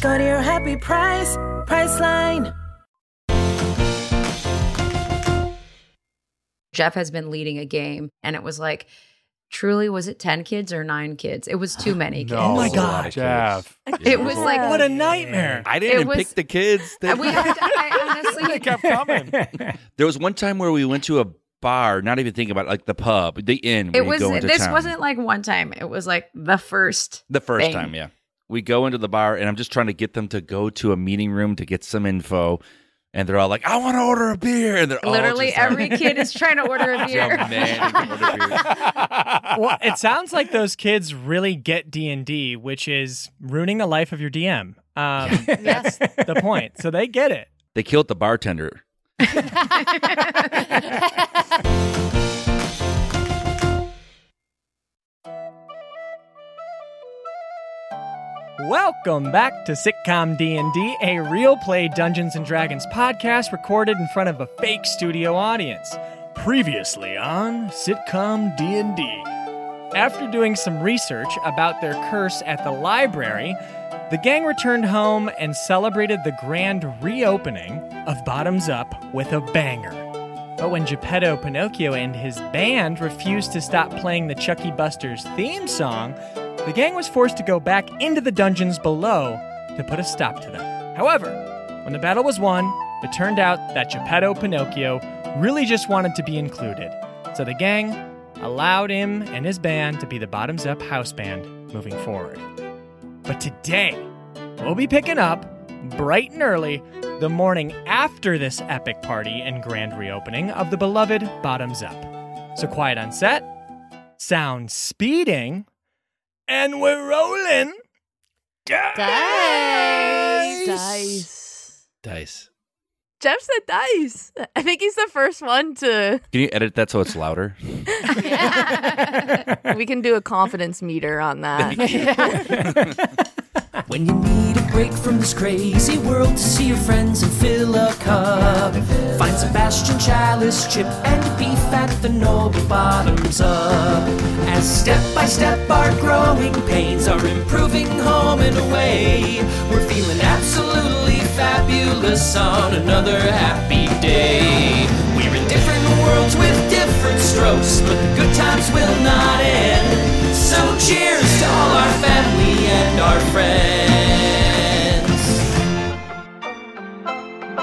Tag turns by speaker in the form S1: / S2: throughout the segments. S1: Go to your happy price, Priceline.
S2: Jeff has been leading a game, and it was like, truly, was it 10 kids or nine kids? It was too many kids.
S3: Oh my
S4: That's a lot
S3: god,
S4: of
S3: Jeff!
S2: It was like,
S3: What a nightmare!
S4: I didn't
S2: It
S4: even
S2: was-
S4: pick the kids.
S3: Oh
S4: They-
S2: we have to, I
S3: It
S2: honestly,
S3: kept coming.
S4: there was one time where we went to a bar, not even thinking about it, like the pub, the inn. where
S2: it
S4: you
S2: was,
S4: go into
S2: this
S4: town.
S2: wasn't like one time. It was like the first.
S4: the first
S2: thing.
S4: time. Yeah, we go into the bar, and I'm just trying to get them to go to a meeting room to get some info, and they're all like, "I want to order a beer," and they're all
S2: Literally
S4: Oh, just like,
S2: every kid is trying to order a beer.
S4: "Yo, man, you can order beers."
S3: well, it sounds like those kids really get D and D, which is ruining the life of your DM. Um, That's the point. So they get it.
S4: They killed the bartender.
S3: Welcome back to Sitcom D&D, a real play Dungeons and Dragons podcast recorded in front of a fake studio audience. Previously on Sitcom D&D. After doing some research about their curse at the library, the gang returned home and celebrated the grand reopening of Bottoms Up with a banger. But when Geppetto Pinocchio and his band refused to stop playing the Chucky Busters theme song, the gang was forced to go back into the dungeons below to put a stop to them. However, when the battle was won, it turned out that Geppetto Pinocchio really just wanted to be included. So the gang allowed him and his band to be the bottoms up house band moving forward. But today, we'll be picking up bright and early the morning after this epic party and grand reopening of the beloved Bottoms Up. So quiet on set, sound speeding, and we're rolling.
S5: Dice.
S4: Dice.
S5: Jeff said dice. I think he's the first one to.
S4: Can you edit that so it's louder?
S5: We can do a confidence meter on that.
S6: When you need a break from this crazy world to see your friends and fill a cup. Find Sebastian Chalice, Chip, and Beef at the Noble Bottoms Up. As step by step our growing pains are improving home and away. We're feeling absolutely fabulous on another happy day. We're in different worlds with different strokes, but the good times will not end. So cheers to all our family and our friends.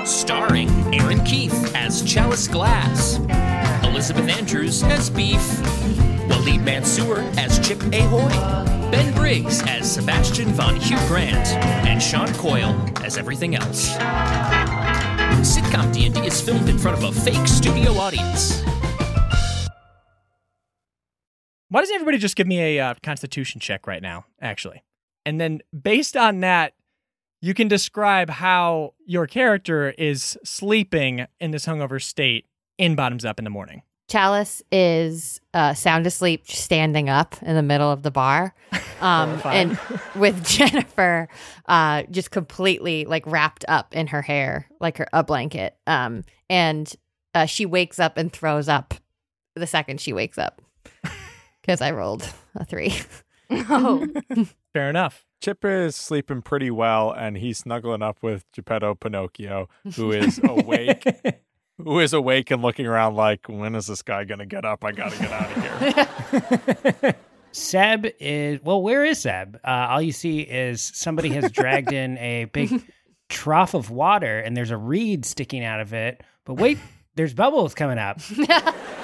S6: Starring Aaron Keith as Chalice Glass, Elizabeth Andrews as Beef, Waleed Mansour as Chip Ahoy, Ben Briggs as Sebastian von Hugh Grant, and Sean Coyle as everything else. Sitcom D&D is filmed in front of a fake studio audience.
S3: Why doesn't everybody just give me a uh, constitution check right now, actually? And then based on that, you can describe how your character is sleeping in this hungover state in Bottoms Up in the morning.
S7: Chalice is uh, sound asleep, standing up in the middle of the bar, um,
S3: Horrifying.
S7: and with Jennifer uh, just completely like wrapped up in her hair, like her a blanket. Um, and uh, she wakes up and throws up the second she wakes up because I rolled a three.
S5: oh,
S3: Fair enough.
S8: Chip is sleeping pretty well, and he's snuggling up with Geppetto Pinocchio, who is awake, who is awake and looking around like, "When is this guy gonna get up? I gotta get out of here."
S9: Seb is well. Where is Seb? Uh, all you see is somebody has dragged in a big trough of water, and there's a reed sticking out of it. But wait, there's bubbles coming up.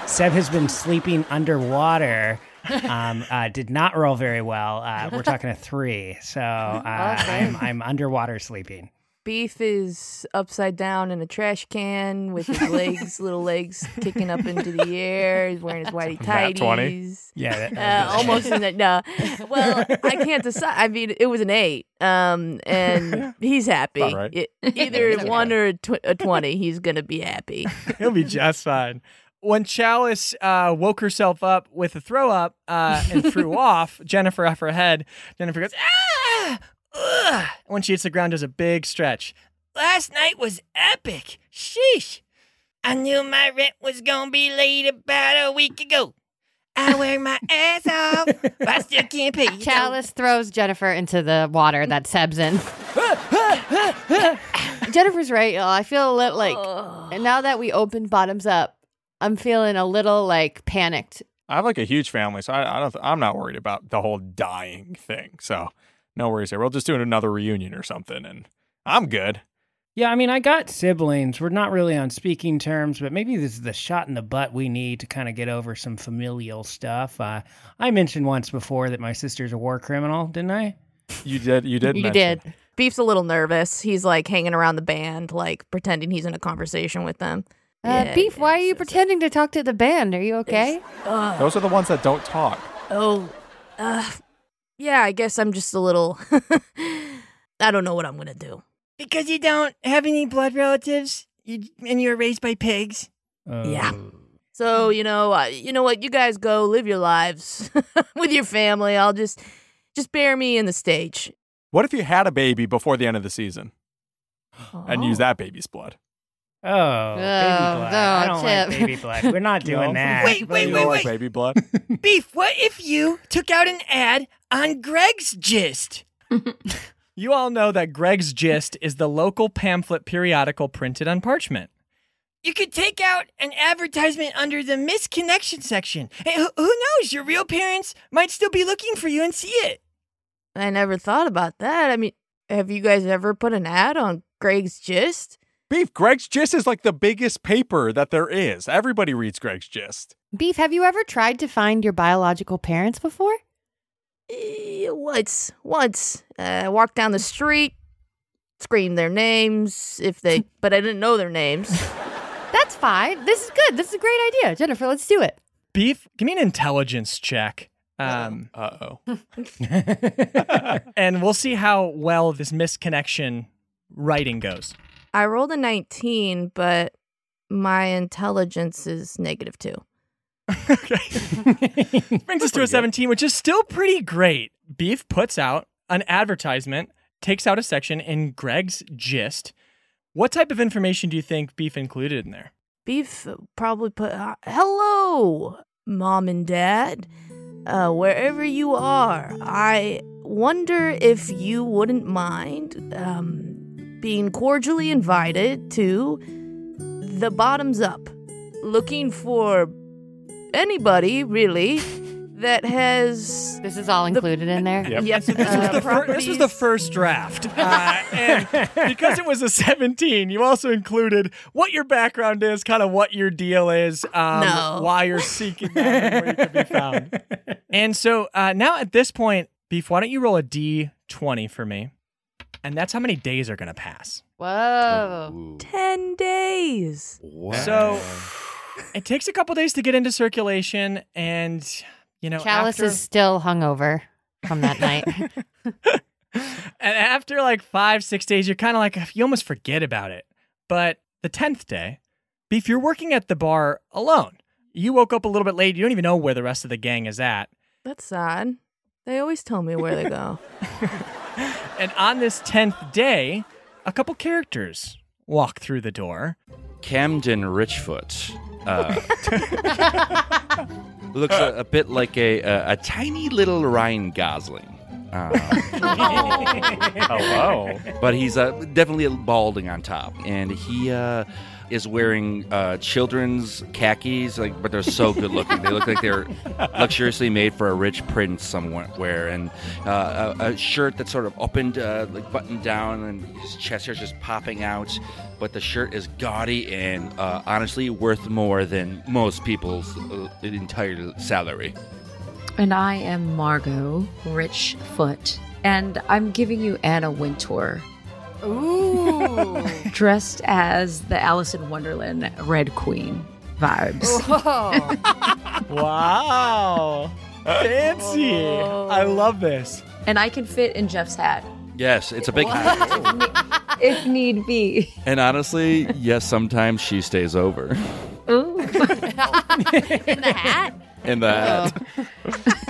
S9: Seb has been sleeping underwater. Um, uh, did not roll very well. Uh, we're talking a three, so uh, I'm I'm underwater sleeping.
S5: Beef is upside down in a trash can with his legs, little legs kicking up into the air. He's wearing his whitey
S8: Nat 20?
S5: tighties.
S8: Yeah, that-
S5: uh, almost in that. No, well, I can't decide. I mean, it was an eight, um, and he's happy.
S3: About right.
S5: E- either one or a, tw- a twenty, he's gonna be happy.
S3: He'll be just fine. When Chalice uh, woke herself up with a throw up uh, and threw off Jennifer off her head, Jennifer goes, ah! Ugh! When she hits the ground, does a big stretch.
S10: Last night was epic. Sheesh. I knew my rent was going to be late about a week ago. I worked my ass off, but I still can't pay. you.
S7: Chalice throws Jennifer into the water that Seb's in. Jennifer's right, y'all. I feel a little like now that we opened bottoms up, I'm feeling a little like panicked.
S8: I have like a huge family, so I, I don't. I'm not worried about the whole dying thing. So no worries there. We'll just do another reunion or something, and I'm good.
S9: Yeah, I mean, I got siblings. We're not really on speaking terms, but maybe this is the shot in the butt we need to kind of get over some familial stuff. Uh, I mentioned once before that my sister's a war criminal, didn't I?
S8: You did. You did.
S5: Beef's a little nervous. He's like hanging around the band, like pretending he's in a conversation with them.
S7: Uh,
S5: Yeah.
S7: Beef, why are you pretending to talk to the band? Are you okay?
S8: Those are the ones that don't talk.
S5: Oh, uh, yeah, I guess I'm just a little. I don't know what I'm going to do.
S10: Because you don't have any blood relatives you, and you were raised by pigs.
S5: yeah. So,
S7: Hmm.
S5: you know, uh, you know what? You guys go live your lives with your family. I'll just just bear me in the stage.
S8: What if you had a baby before the end of the season, and use that baby's blood?
S9: Oh, baby blood. I don't like
S10: Chip.
S9: baby blood. We're not doing
S8: No.
S9: that.
S10: Wait, wait,
S8: You
S10: wait,
S8: don't like
S10: wait.
S8: baby blood.
S10: Beef, what if you took out an ad on Greg's Gist?
S3: You all know that Greg's Gist is the local pamphlet periodical printed on parchment.
S10: You could take out an advertisement under the misconnection section. And who, who knows? Your real parents might still be looking for you and see it.
S5: I never thought about that. I mean, have you guys ever put an ad on Greg's Gist?
S8: Beef, Greg's Gist is like the biggest paper that there is. Everybody reads Greg's Gist.
S7: Beef, have you ever tried to find your biological parents before?
S5: Eh, Once, once, uh, I walked down the street, screamed their names if they, but I didn't know their names.
S7: That's fine. This is good. This is a great idea. Jennifer, let's do it.
S3: Beef, give me an intelligence check. Um,
S8: uh
S3: oh. and we'll see how well this misconnection writing goes.
S5: I rolled a 19, but my intelligence is negative two.
S3: Brings us to a 17, which is still pretty great. Beef puts out an advertisement, takes out a section in Greg's gist. What type of information do you think Beef included in there?
S5: Beef probably put, uh, hello, mom and dad. Uh, wherever you are, I wonder if you wouldn't mind um, being cordially invited to the bottoms up. Looking for anybody, really, that has.
S7: This is all included in there? Uh,
S3: Yep. So this, was the fir- this was the first draft. Uh, and because it was a 17, you also included what your background is, kind of what your deal is, um,
S8: No.
S3: why you're seeking that, and where you could be found. And so uh, now at this point, Beef, why don't you roll a D20 for me? And that's how many days are going to pass.
S7: Whoa.
S5: 10 days.
S3: So it takes a couple days to get into circulation, and you know,
S7: Chalice
S3: after,
S7: is still hungover from that night.
S3: and after like five, six days, you're kind of like you almost forget about it. But the tenth day, Beef, you're working at the bar alone. You woke up a little bit late. You don't even know where the rest of the gang is at.
S5: That's sad. They always tell me where they go.
S3: And on this tenth day, a couple characters walk through the door.
S4: Camden Richfoot uh, looks a, a bit like a, a a tiny little Ryan Gosling. Um,
S6: Oh.
S8: Hello.
S4: but he's uh, definitely balding on top, and he uh, is wearing uh, children's khakis. Like, but they're so good looking; they look like they're luxuriously made for a rich prince somewhere. And uh, a, a shirt that's sort of opened, uh, like buttoned down, and his chest hair's just popping out. But the shirt is gaudy and uh, honestly worth more than most people's uh, entire salary.
S2: And I am Margot Richfoot, and I'm giving you Anna Wintour
S7: Ooh.
S2: dressed as the Alice in Wonderland Red Queen
S3: Oh.
S2: vibes.
S7: Whoa.
S3: Wow. Fancy. I love this.
S2: And I can fit in Jeff's hat
S4: Yes, it's a big hat.
S2: if need be.
S4: And honestly, yes, sometimes she stays over
S2: Ooh.
S4: in the hat.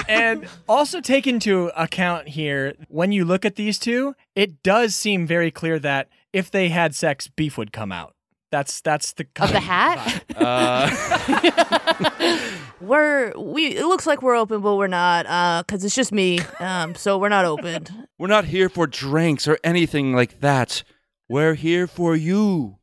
S3: and also take into account here when you look at these two, it does seem very clear that if they had sex, beef would come out. That's that's the
S7: Of the
S3: kind
S7: hat?
S3: vibe.
S5: We're we. It looks like we're open, but we're not, uh, cause it's just me. Um, so we're not open.
S4: We're not here for drinks or anything like that. We're here for you.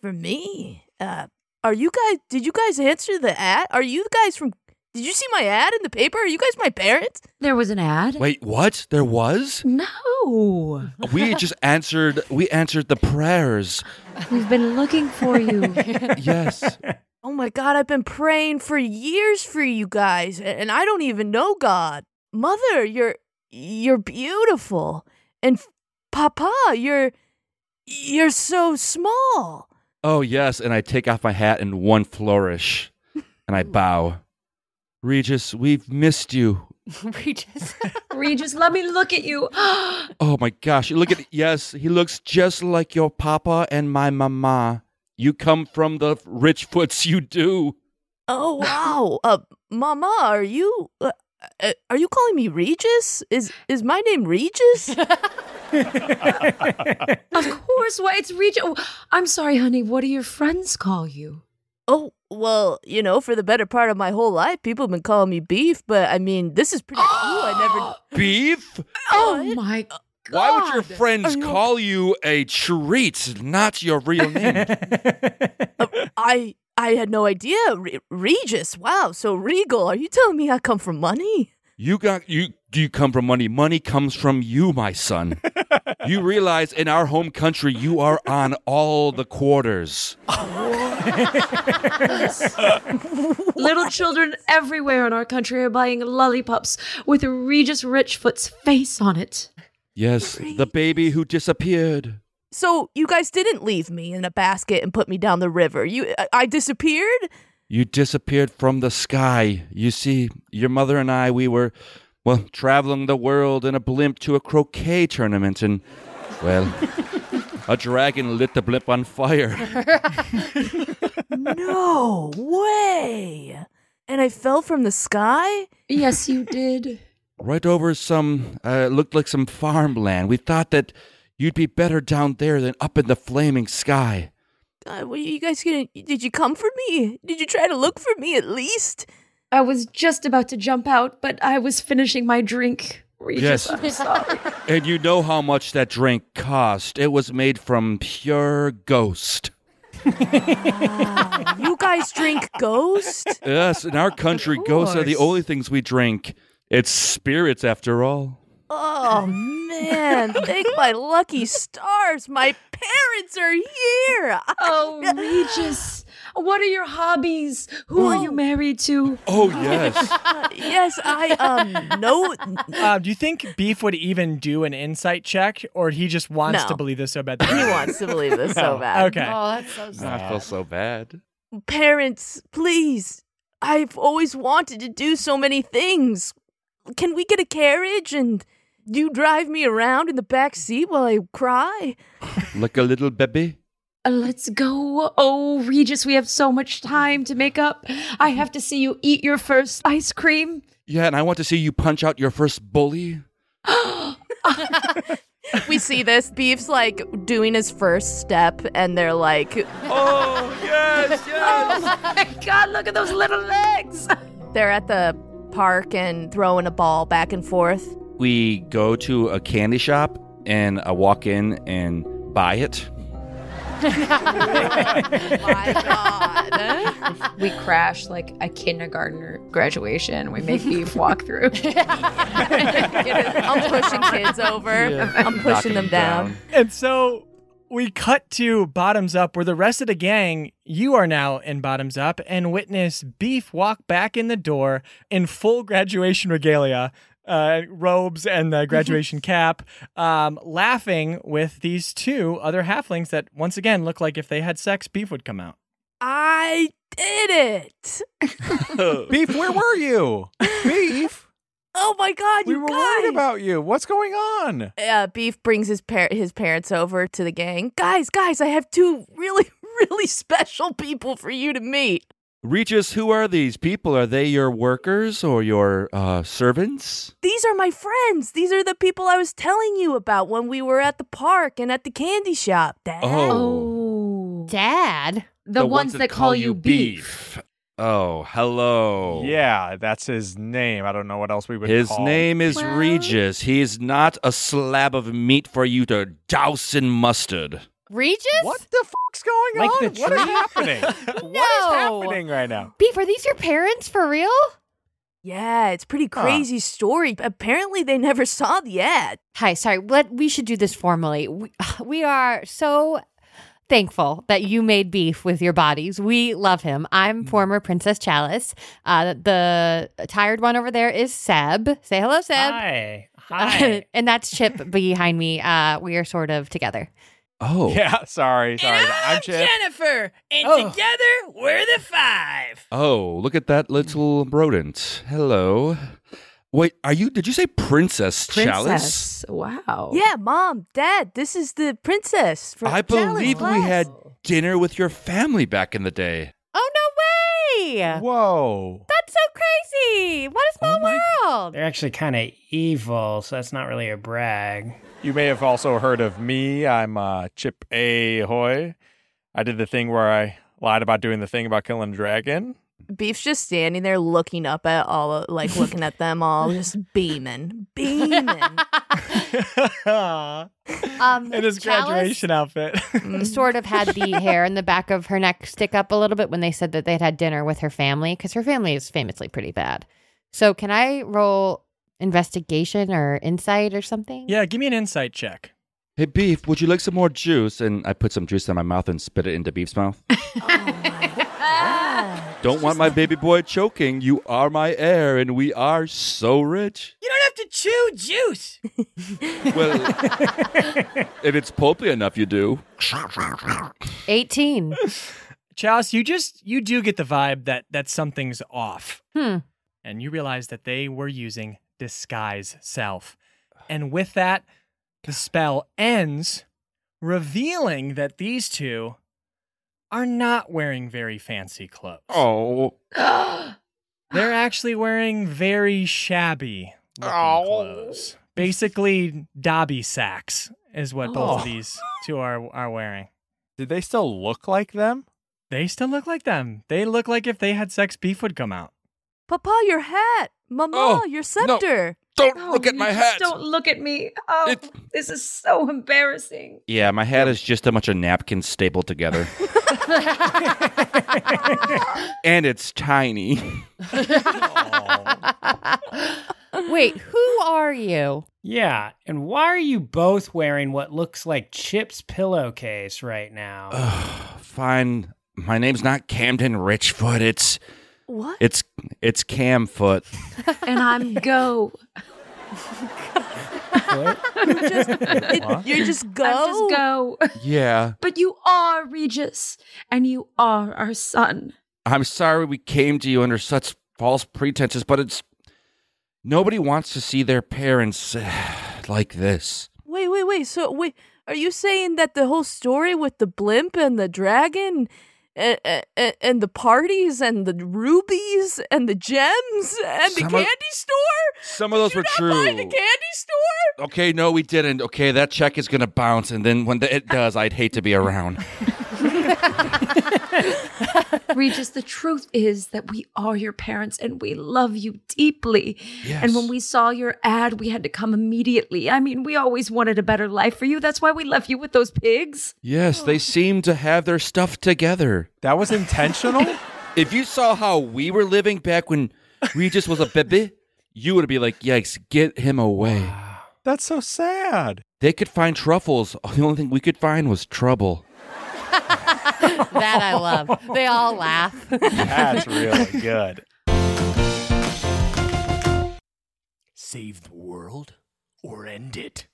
S5: For me, uh, are you guys? Did you guys answer the ad? Are you guys from? Did you see my ad in the paper? Are you guys my parents?
S2: There was an ad?
S4: Wait, what? There was?
S2: No.
S4: We just answered we answered the prayers.
S2: We've been looking for you.
S4: Yes.
S5: Oh my God, I've been praying for years for you guys, a- and I don't even know God. Mother, you're you're beautiful, and f- Papa, you're you're so small.
S4: Oh yes, and I take off my hat in one flourish and I bow. Regis, we've missed you.
S7: Regis.
S2: Regis, let me look at you.
S4: Oh my gosh, look at yes, he looks just like your papa and my mama. You come from the rich foots you do.
S5: Oh wow, uh, Mama, are you uh, uh, are you calling me Regis? Is is my name Regis?
S2: of course. Why it's Regis. Oh, I'm sorry, honey. What do your friends call you?
S5: Oh, well, you know, for the better part of my whole life, people have been calling me beef, but I mean, this is pretty cool. I never.
S4: Beef?
S2: Oh my god.
S4: Why would your friends call you a treat, not your real name?
S5: I I had no idea. Re- Regis, wow. So regal. Are you telling me I come from money?
S4: You got you do you come from money? Money comes from you, my son. you realize in our home country you are on all the quarters.
S2: Little children everywhere in our country are buying lollipops with Regis Richfoot's face on it.
S4: Yes, the baby who disappeared.
S5: So you guys didn't leave me in a basket and put me down the river. You, I, I disappeared.
S4: You disappeared from the sky. You see, your mother and I we were well, traveling the world in a blimp to a croquet tournament and well, a dragon lit the blimp on fire.
S5: No way. And I fell from the sky.
S2: Yes, you did.
S4: Right over some uh looked like some farmland. We thought that you'd be better down there than up in the flaming sky.
S5: God, were you guys gonna? Did you come for me? Did you try to look for me at least?
S2: I was just about to jump out, but I was finishing my drink. Regis,
S4: Yes.
S2: I'm sorry.
S4: And you know how much that drink cost. It was made from pure ghost.
S2: Ah.
S5: You guys drink ghost?
S4: Yes, in our country, ghosts are the only things we drink. It's spirits, after all.
S5: Oh man, thank my lucky stars. My parents are here.
S2: Oh, Regis, what are your hobbies? Who are you married to?
S4: Oh, yes.
S5: Yes, I um no
S3: Uh, do you think Beef would even do an insight check, or he just wants
S5: No.
S3: to believe this so bad?
S5: he
S3: That
S5: wants to believe this so bad.
S3: okay.
S7: Oh, that's so sad.
S4: I feel so bad.
S5: Parents, please. I've always wanted to do so many things. Can we get a carriage and you drive me around in the back seat while I cry?
S4: Like a little baby.
S2: Uh, Let's go. Oh, Regis, we have so much time to make up. I have to see you eat your first ice cream.
S4: Yeah, and I want to see you punch out your first bully.
S5: We see this. Beef's like doing his first step, and they're like,
S4: Oh, yes, yes.
S2: God, look at those little legs.
S5: they're at the park and throwing a ball back and forth.
S4: We go to a candy shop and I walk in and buy it.
S5: my god.
S2: We crash like a kindergartner graduation. We make Beef walk through.
S5: I'm pushing kids over. I'm pushing
S4: Knocking
S5: them down.
S3: And so we cut to Bottoms Up, where the rest of the gang, you are now in Bottoms Up, and witness Beef walk back in the door in full graduation regalia. uh, robes and the graduation cap, um, laughing with these two other halflings that once again look like if they had sex, beef would come out.
S5: I did it.
S8: Beef, where were you? Beef,
S5: Oh my god,
S8: we
S5: you
S8: were
S5: guys.
S8: worried about you. What's going on?
S5: uh, Beef brings his par- his parents over to the gang. Guys, guys, I have two really really special people for you to meet.
S4: Regis, who are these people? Are they your workers or your uh, servants?
S5: These are my friends. These are the people I was telling you about when we were at the park and at the candy shop. Dad.
S2: Oh.
S7: Dad.
S2: The, ones, that, call you beef.
S4: Oh, hello.
S8: Yeah, that's his name. I don't know what else we would
S4: His
S8: call
S4: name is
S2: Well-
S4: Regis. He is not a slab of meat for you to douse in mustard.
S7: Regis?
S8: What the fuck's going
S7: Like
S8: on?
S7: the
S8: What is
S7: tree?
S8: happening?
S7: No.
S3: Oh.
S8: happening right now?
S7: Beef, are these your parents for real?
S5: Yeah, it's pretty crazy story. Apparently, they never saw the ad.
S7: Hi, sorry. But we should do this formally. We, we are so thankful that you made beef with your bodies. We love him. I'm former Princess Chalice. Uh, the tired one over there is Seb. Say hello, Seb.
S9: Hi.
S7: Uh,
S9: Hi.
S7: and that's Chip behind me. Uh, we are sort of together.
S4: Oh.
S8: Yeah, sorry, sorry. I'm Chip.
S10: Jennifer, and together we're the five.
S4: Oh, look at that little rodent. Hello. Wait, are you did you say Princess, Chalice?
S2: Princess. Wow.
S5: Yeah, mom, dad, this is the princess from
S4: I
S5: Challenge
S4: believe we
S5: Class.
S4: had dinner with your family back in the day.
S7: Oh, no way.
S8: Whoa.
S7: That's so crazy. What a small world.
S9: They're actually kind of evil, so that's not really a brag.
S8: You may have also heard of me. I'm uh, Chip A. Hoy. I did the thing where I lied about doing the thing about killing a dragon.
S5: Beef's just standing there looking up at all, like looking at them all, just beaming, beaming.
S7: Um,
S3: In his
S7: Chalice
S3: graduation outfit.
S5: Mm.
S7: Sort of had the hair in the back of her neck stick up a little bit when they said that they'd had dinner with her family because her family is famously pretty bad. So, can I roll investigation or insight or something?
S3: yeah, give me an insight check.
S4: Hey Beef, would you like some more juice? And I put some juice in my mouth and spit it into Beef's mouth.
S10: Oh
S4: Don't want my baby boy choking. You are my heir and we are so rich.
S10: You don't have to chew juice.
S4: Well, if it's pulpy enough, you do.
S7: 18.
S3: Chalice, you just you do get the vibe that that something's off.
S7: Hmm.
S3: And you realize that they were using disguise self. And with that, the spell ends, revealing that these two are not wearing very fancy clothes.
S4: Oh.
S3: They're actually wearing very shabby looking clothes. Basically, Dobby sacks is what both
S8: Oh.
S3: of these two are are wearing.
S8: Did they still look like them?
S3: They still look like them. They look like if they had sex, beef would come out.
S5: Papa, your hat. Mama,
S4: Oh,
S5: your scepter.
S4: Don't
S2: Oh,
S4: look at
S2: you
S4: my
S2: just
S4: hat.
S2: Don't look at me. Oh,
S4: It-
S2: this is so embarrassing.
S4: Yeah, my hat is just a bunch of napkins stapled together. and it's tiny.
S7: Hmm. Wait, who are you?
S9: Yeah, and why are you both wearing what looks like Chip's pillowcase right now?
S4: Fine. My name's not Camden Richfoot. It's
S5: What?
S4: it's it's Camfoot.
S2: And I'm go.
S8: What?
S5: You're just go.
S2: I'm just go.
S4: Yeah.
S2: But you are Regis, and you are our son.
S4: I'm sorry we came to you under such false pretenses, but it's nobody wants to see their parents like this.
S5: Wait, wait, wait. So, wait, are you saying that the whole story with the blimp and the dragon and, and, and the parties and the rubies and the gems and the
S4: Some of-
S5: candy store?
S4: Some of those
S5: Did
S4: were
S5: you not
S4: true.
S5: buy the candy store?
S4: Okay, no, we didn't. Okay, that check is gonna bounce, and then when the, it does, I'd hate to be around.
S2: Regis, the truth is that we are your parents and we love you deeply. And when
S4: Yes.
S2: we saw your ad, we had to come immediately. I mean, we always wanted a better life for you. That's why we left you with those pigs.
S4: Yes, they seem to have their stuff together.
S8: That was intentional?
S4: If you saw how we were living back when Regis was a baby, you would be like, "Yikes, get him away."
S8: That's so sad.
S4: They could find truffles. The only thing we could find was trouble.
S7: That I love. They all laugh.
S8: That's really good.
S11: save the world or end it.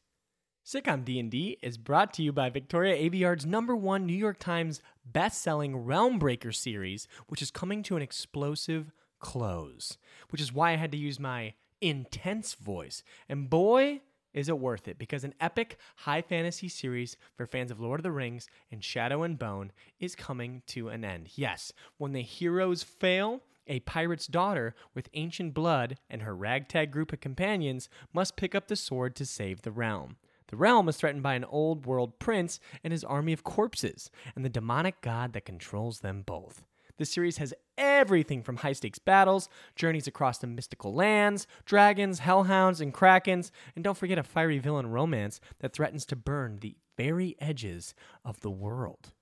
S3: Sitcom D&D is brought to you by Victoria Aveyard's number one New York Times best-selling Realmbreaker series, which is coming to an explosive close, which is why I had to use my intense voice. And boy, is it worth it, because an epic high fantasy series for fans of Lord of the Rings and Shadow and Bone is coming to an end. Yes, when the heroes fail, a pirate's daughter with ancient blood and her ragtag group of companions must pick up the sword to save the realm. The realm is threatened by an old world prince and his army of corpses, and the demonic god that controls them both. The series has everything from high stakes battles, journeys across the mystical lands, dragons, hellhounds, and krakens, and don't forget a fiery villain romance that threatens to burn the very edges of the world.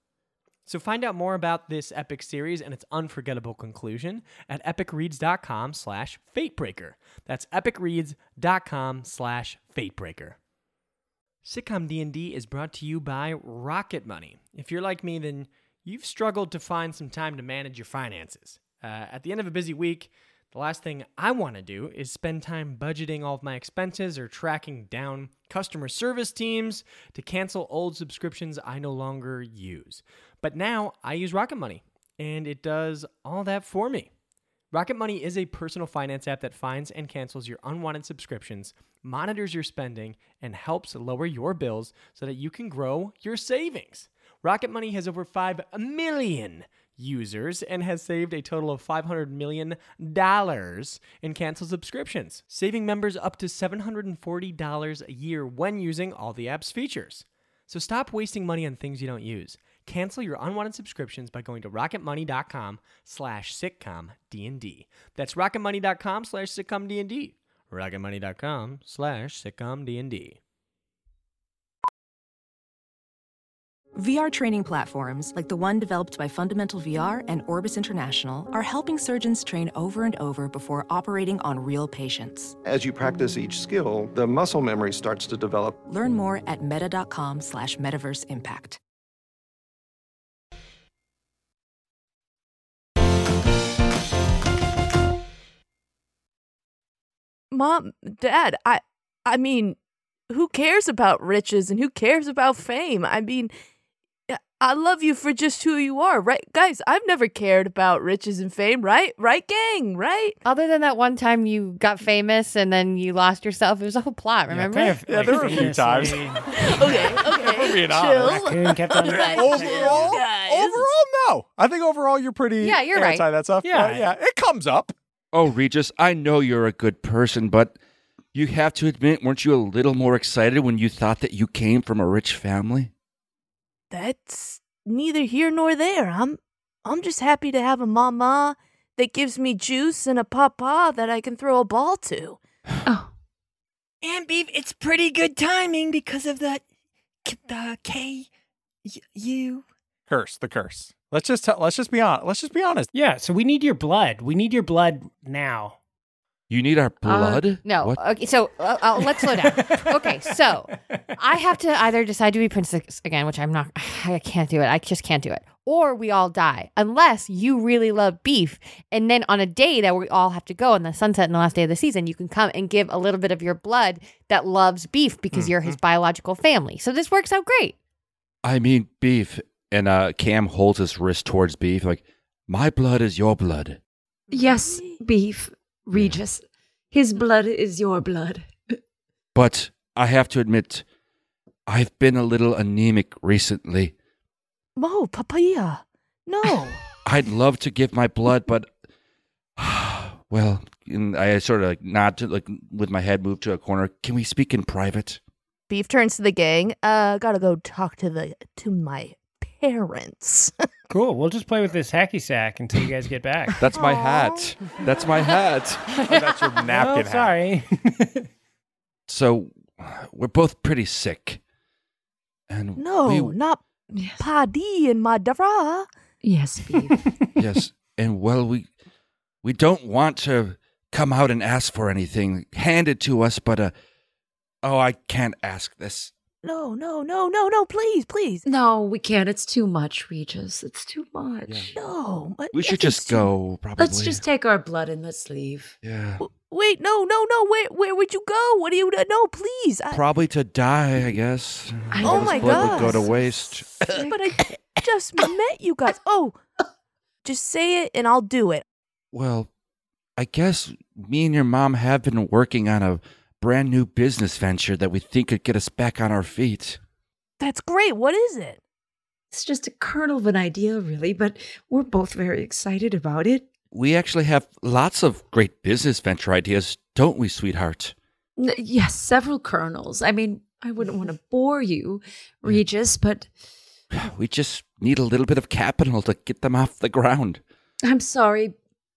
S3: So find out more about this epic series and its unforgettable conclusion at epicreads.com slash fatebreaker. That's epicreads.com slash fatebreaker. Sitcom D&D is brought to you by Rocket Money. If you're like me, then you've struggled to find some time to manage your finances. Uh, at the end of a busy week, the last thing I want to do is spend time budgeting all of my expenses or tracking down customer service teams to cancel old subscriptions I no longer use. But now I use Rocket Money, and it does all that for me. Rocket Money is a personal finance app that finds and cancels your unwanted subscriptions, monitors your spending, and helps lower your bills so that you can grow your savings. Rocket Money has over 5 million users and has saved a total of $500 million in canceled subscriptions, saving members up to $740 a year when using all the app's features. So stop wasting money on things you don't use. Cancel your unwanted subscriptions by going to rocketmoney.com slash sitcom D&D. That's rocketmoney.com slash sitcom D&D. rocketmoney.com slash sitcom D&D.
S12: VR training platforms, like the one developed by Fundamental VR and Orbis International, are helping surgeons train over and over before operating on real patients.
S13: As you practice each skill, the muscle memory starts to develop.
S12: Learn more at meta.com slash metaverse impact.
S5: Mom, Dad, I I mean, who cares about riches and who cares about fame? I mean, I love you for just who you are, right? Guys, I've never cared about riches and fame, right? Right, gang, right?
S7: Other than that one time you got famous and then you lost yourself, it was a whole plot, remember?
S8: kind of, Yeah, like, there were a few times.
S5: okay, okay.
S8: We're being
S7: Chill.
S8: honest.
S7: Raccoon kept on- Right.
S8: Overall, overall, no. I think overall you're pretty
S7: Yeah, you're right.
S8: anti that stuff.
S7: Yeah.
S8: but yeah, it comes up.
S4: Oh, Regis, I know you're a good person, but you have to admit, weren't you a little more excited when you thought that you came from a rich family?
S5: That's neither here nor there. I'm I'm just happy to have a mama that gives me juice and a papa that I can throw a ball to.
S10: And beef, it's pretty good timing because of the k- the K y- U.
S8: Curse, the curse. Let's just tell, let's just be honest. Let's just be honest.
S9: Yeah, so we need your blood. We need your blood now.
S4: You need our blood?
S7: Uh, No.
S4: What?
S7: Okay, so uh, uh, let's slow down. okay, so I have to either decide to be princess again, which I'm not. I can't do it. I just can't do it. Or we all die, unless you really love beef. And then on a day that we all have to go, on the sunset and the last day of the season, you can come and give a little bit of your blood that loves beef because you're
S4: Mm-hmm.
S7: his biological family. So this works out great.
S4: I mean, beef. And uh, Cam holds his wrist towards beef, like, my blood is your blood.
S2: Yes, beef, Regis. His blood is your blood.
S4: But I have to admit, I've been a little anemic recently.
S5: Mo, papaya. No.
S4: I'd love to give my blood, but well, and I sort of like nod to like with my head moved to a corner. Can we speak in private?
S5: Beef turns to the gang. Uh, gotta go talk to the to my parents.
S9: Cool. We'll just play with this hacky sack until you guys get back.
S4: That's my hat. That's my hat.
S8: Oh, that's your
S9: napkin hat. sorry.
S4: So we're both pretty sick, and
S5: no,
S4: we,
S5: not Padi and Madara.
S2: Yes, beef.
S4: yes, and well, we we don't want to come out and ask for anything handed to us, but uh, oh, I can't ask this.
S5: No, no, no, no, no, please, please.
S2: No, we can't. It's too much, Regis. It's too much.
S5: No. but
S4: We
S5: I
S4: should
S5: think
S4: just
S5: so.
S4: go. Probably.
S2: Let's just take our blood and let's leave.
S4: Yeah.
S5: Wait, no, no, no. Where, where would you go? What do you? No, please. I,
S4: Probably to die, I guess.
S5: I-
S4: All
S5: Oh
S4: this
S5: my
S4: blood would go
S5: gosh.
S4: to waste.
S5: but I just met you guys. Oh, just say it and I'll do it.
S4: Well, I guess me and your mom have been working on a brand new business venture that we think could get us back on our feet.
S5: That's great. What is it?
S2: It's just a kernel of an idea, really, but we're both very excited about it.
S4: We actually have lots of great business venture ideas, don't we, sweetheart?
S2: N- yes, several kernels. I mean, I wouldn't want to bore you, Regis, but
S4: We just need a little bit of capital to get them off the ground.
S2: I'm sorry,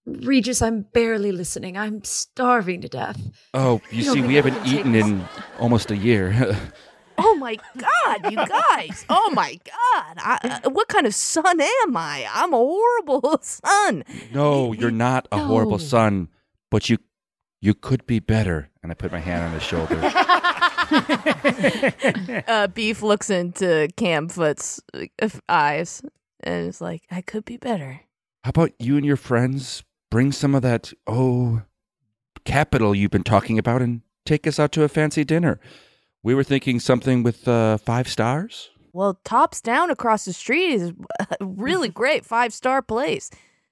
S2: Regis, I'm barely listening. I'm starving to death.
S4: Oh, you
S2: I don't
S4: see,
S2: think
S4: we
S2: I
S4: haven't
S2: can take
S4: eaten
S2: this.
S4: in almost a year.
S5: Oh my god, you guys! Oh my god! I, uh, what kind of son am I? I'm a horrible son.
S4: no, you're not a horrible
S5: No.
S4: son, but you you could be better. And I put my hand on his shoulder.
S5: uh, Beef looks into Camfoot's uh, eyes and is like, "I could be better."
S4: How about you and your friends bring some of that, oh, capital you've been talking about and take us out to a fancy dinner? We were thinking something with uh, five stars.
S5: Well, Tops Down across the street is a really great five star place.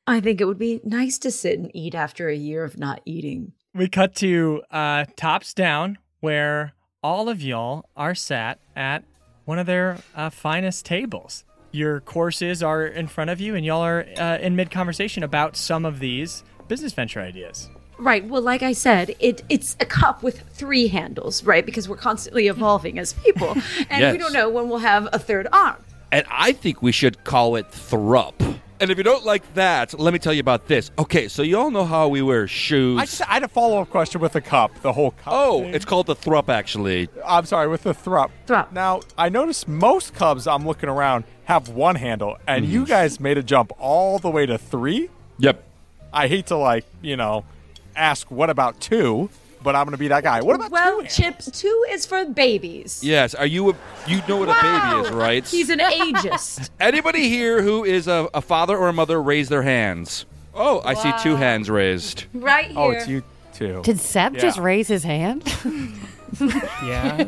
S2: I think it would be nice to sit and eat after a year of not eating.
S3: We cut to uh, tops down, where all of y'all are sat at one of their uh, finest tables. Your courses are in front of you, and y'all are uh, in mid conversation about some of these business venture ideas.
S2: Right. Well, like I said, it it's a cup with three handles, right? Because we're constantly evolving as people, and we
S4: Yes.
S2: don't know when we'll have a third arm.
S4: And I think we should call it Thrup. And if you don't like that, let me tell you about this. Okay, so you all know how we wear shoes.
S8: I, just, I had a follow up question with the cup, the whole cup.
S4: oh,
S8: thing.
S4: it's called the Thrup, actually.
S8: I'm sorry, with the thrup.
S2: Thrup.
S8: Now, I noticed most cubs I'm looking around have one handle, and you guys made a jump all the way to three.
S4: Mm. Yep.
S8: I hate to, like, you know, ask what about two, but I'm going to be that guy. What about
S2: well, Chip, two is for babies.
S4: Yes, are you a, you know what a baby is, right?
S2: He's an ageist.
S4: Anybody here who is a, a father or a mother raise their hands. Oh, I see two hands raised.
S2: right
S8: Oh,
S2: here.
S8: too.
S7: Did Seb just
S4: Yeah.
S7: raise his hand?
S8: yeah,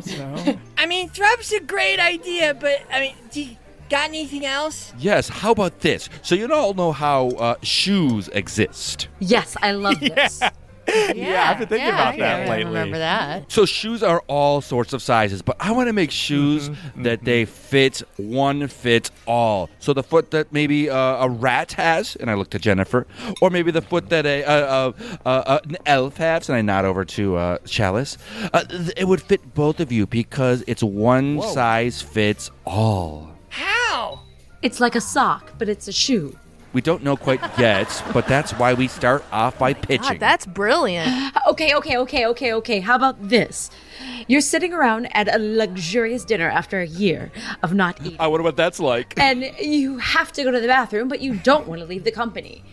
S8: so.
S10: I mean, Thrup's a great idea, but I mean, do you got anything else?
S4: Yes, how about this? So you all know how uh, shoes exist.
S2: Yes, I love this.
S8: Yeah, I've been thinking
S4: yeah,
S8: about
S4: I
S8: that
S4: remember
S8: lately.
S7: that.
S4: So shoes are all sorts of sizes, but I want to make shoes that they fit one fit all. So the foot that maybe uh, a rat has, and I look to Jennifer, or maybe the foot that a, uh uh uh an elf has, and I nod over to uh, Chalice. Uh, th- it would fit both of you because it's one
S10: Whoa.
S4: size fits all.
S10: How?
S2: It's like a sock, but it's a shoe.
S4: We don't know quite yet, but that's why we start off by pitching.
S5: that's brilliant.
S2: Okay, okay, okay, okay, okay. How about this? You're sitting around at a luxurious dinner after a year of not eating.
S4: I wonder what that's like.
S2: and you have to go to the bathroom, but you don't want to leave the company.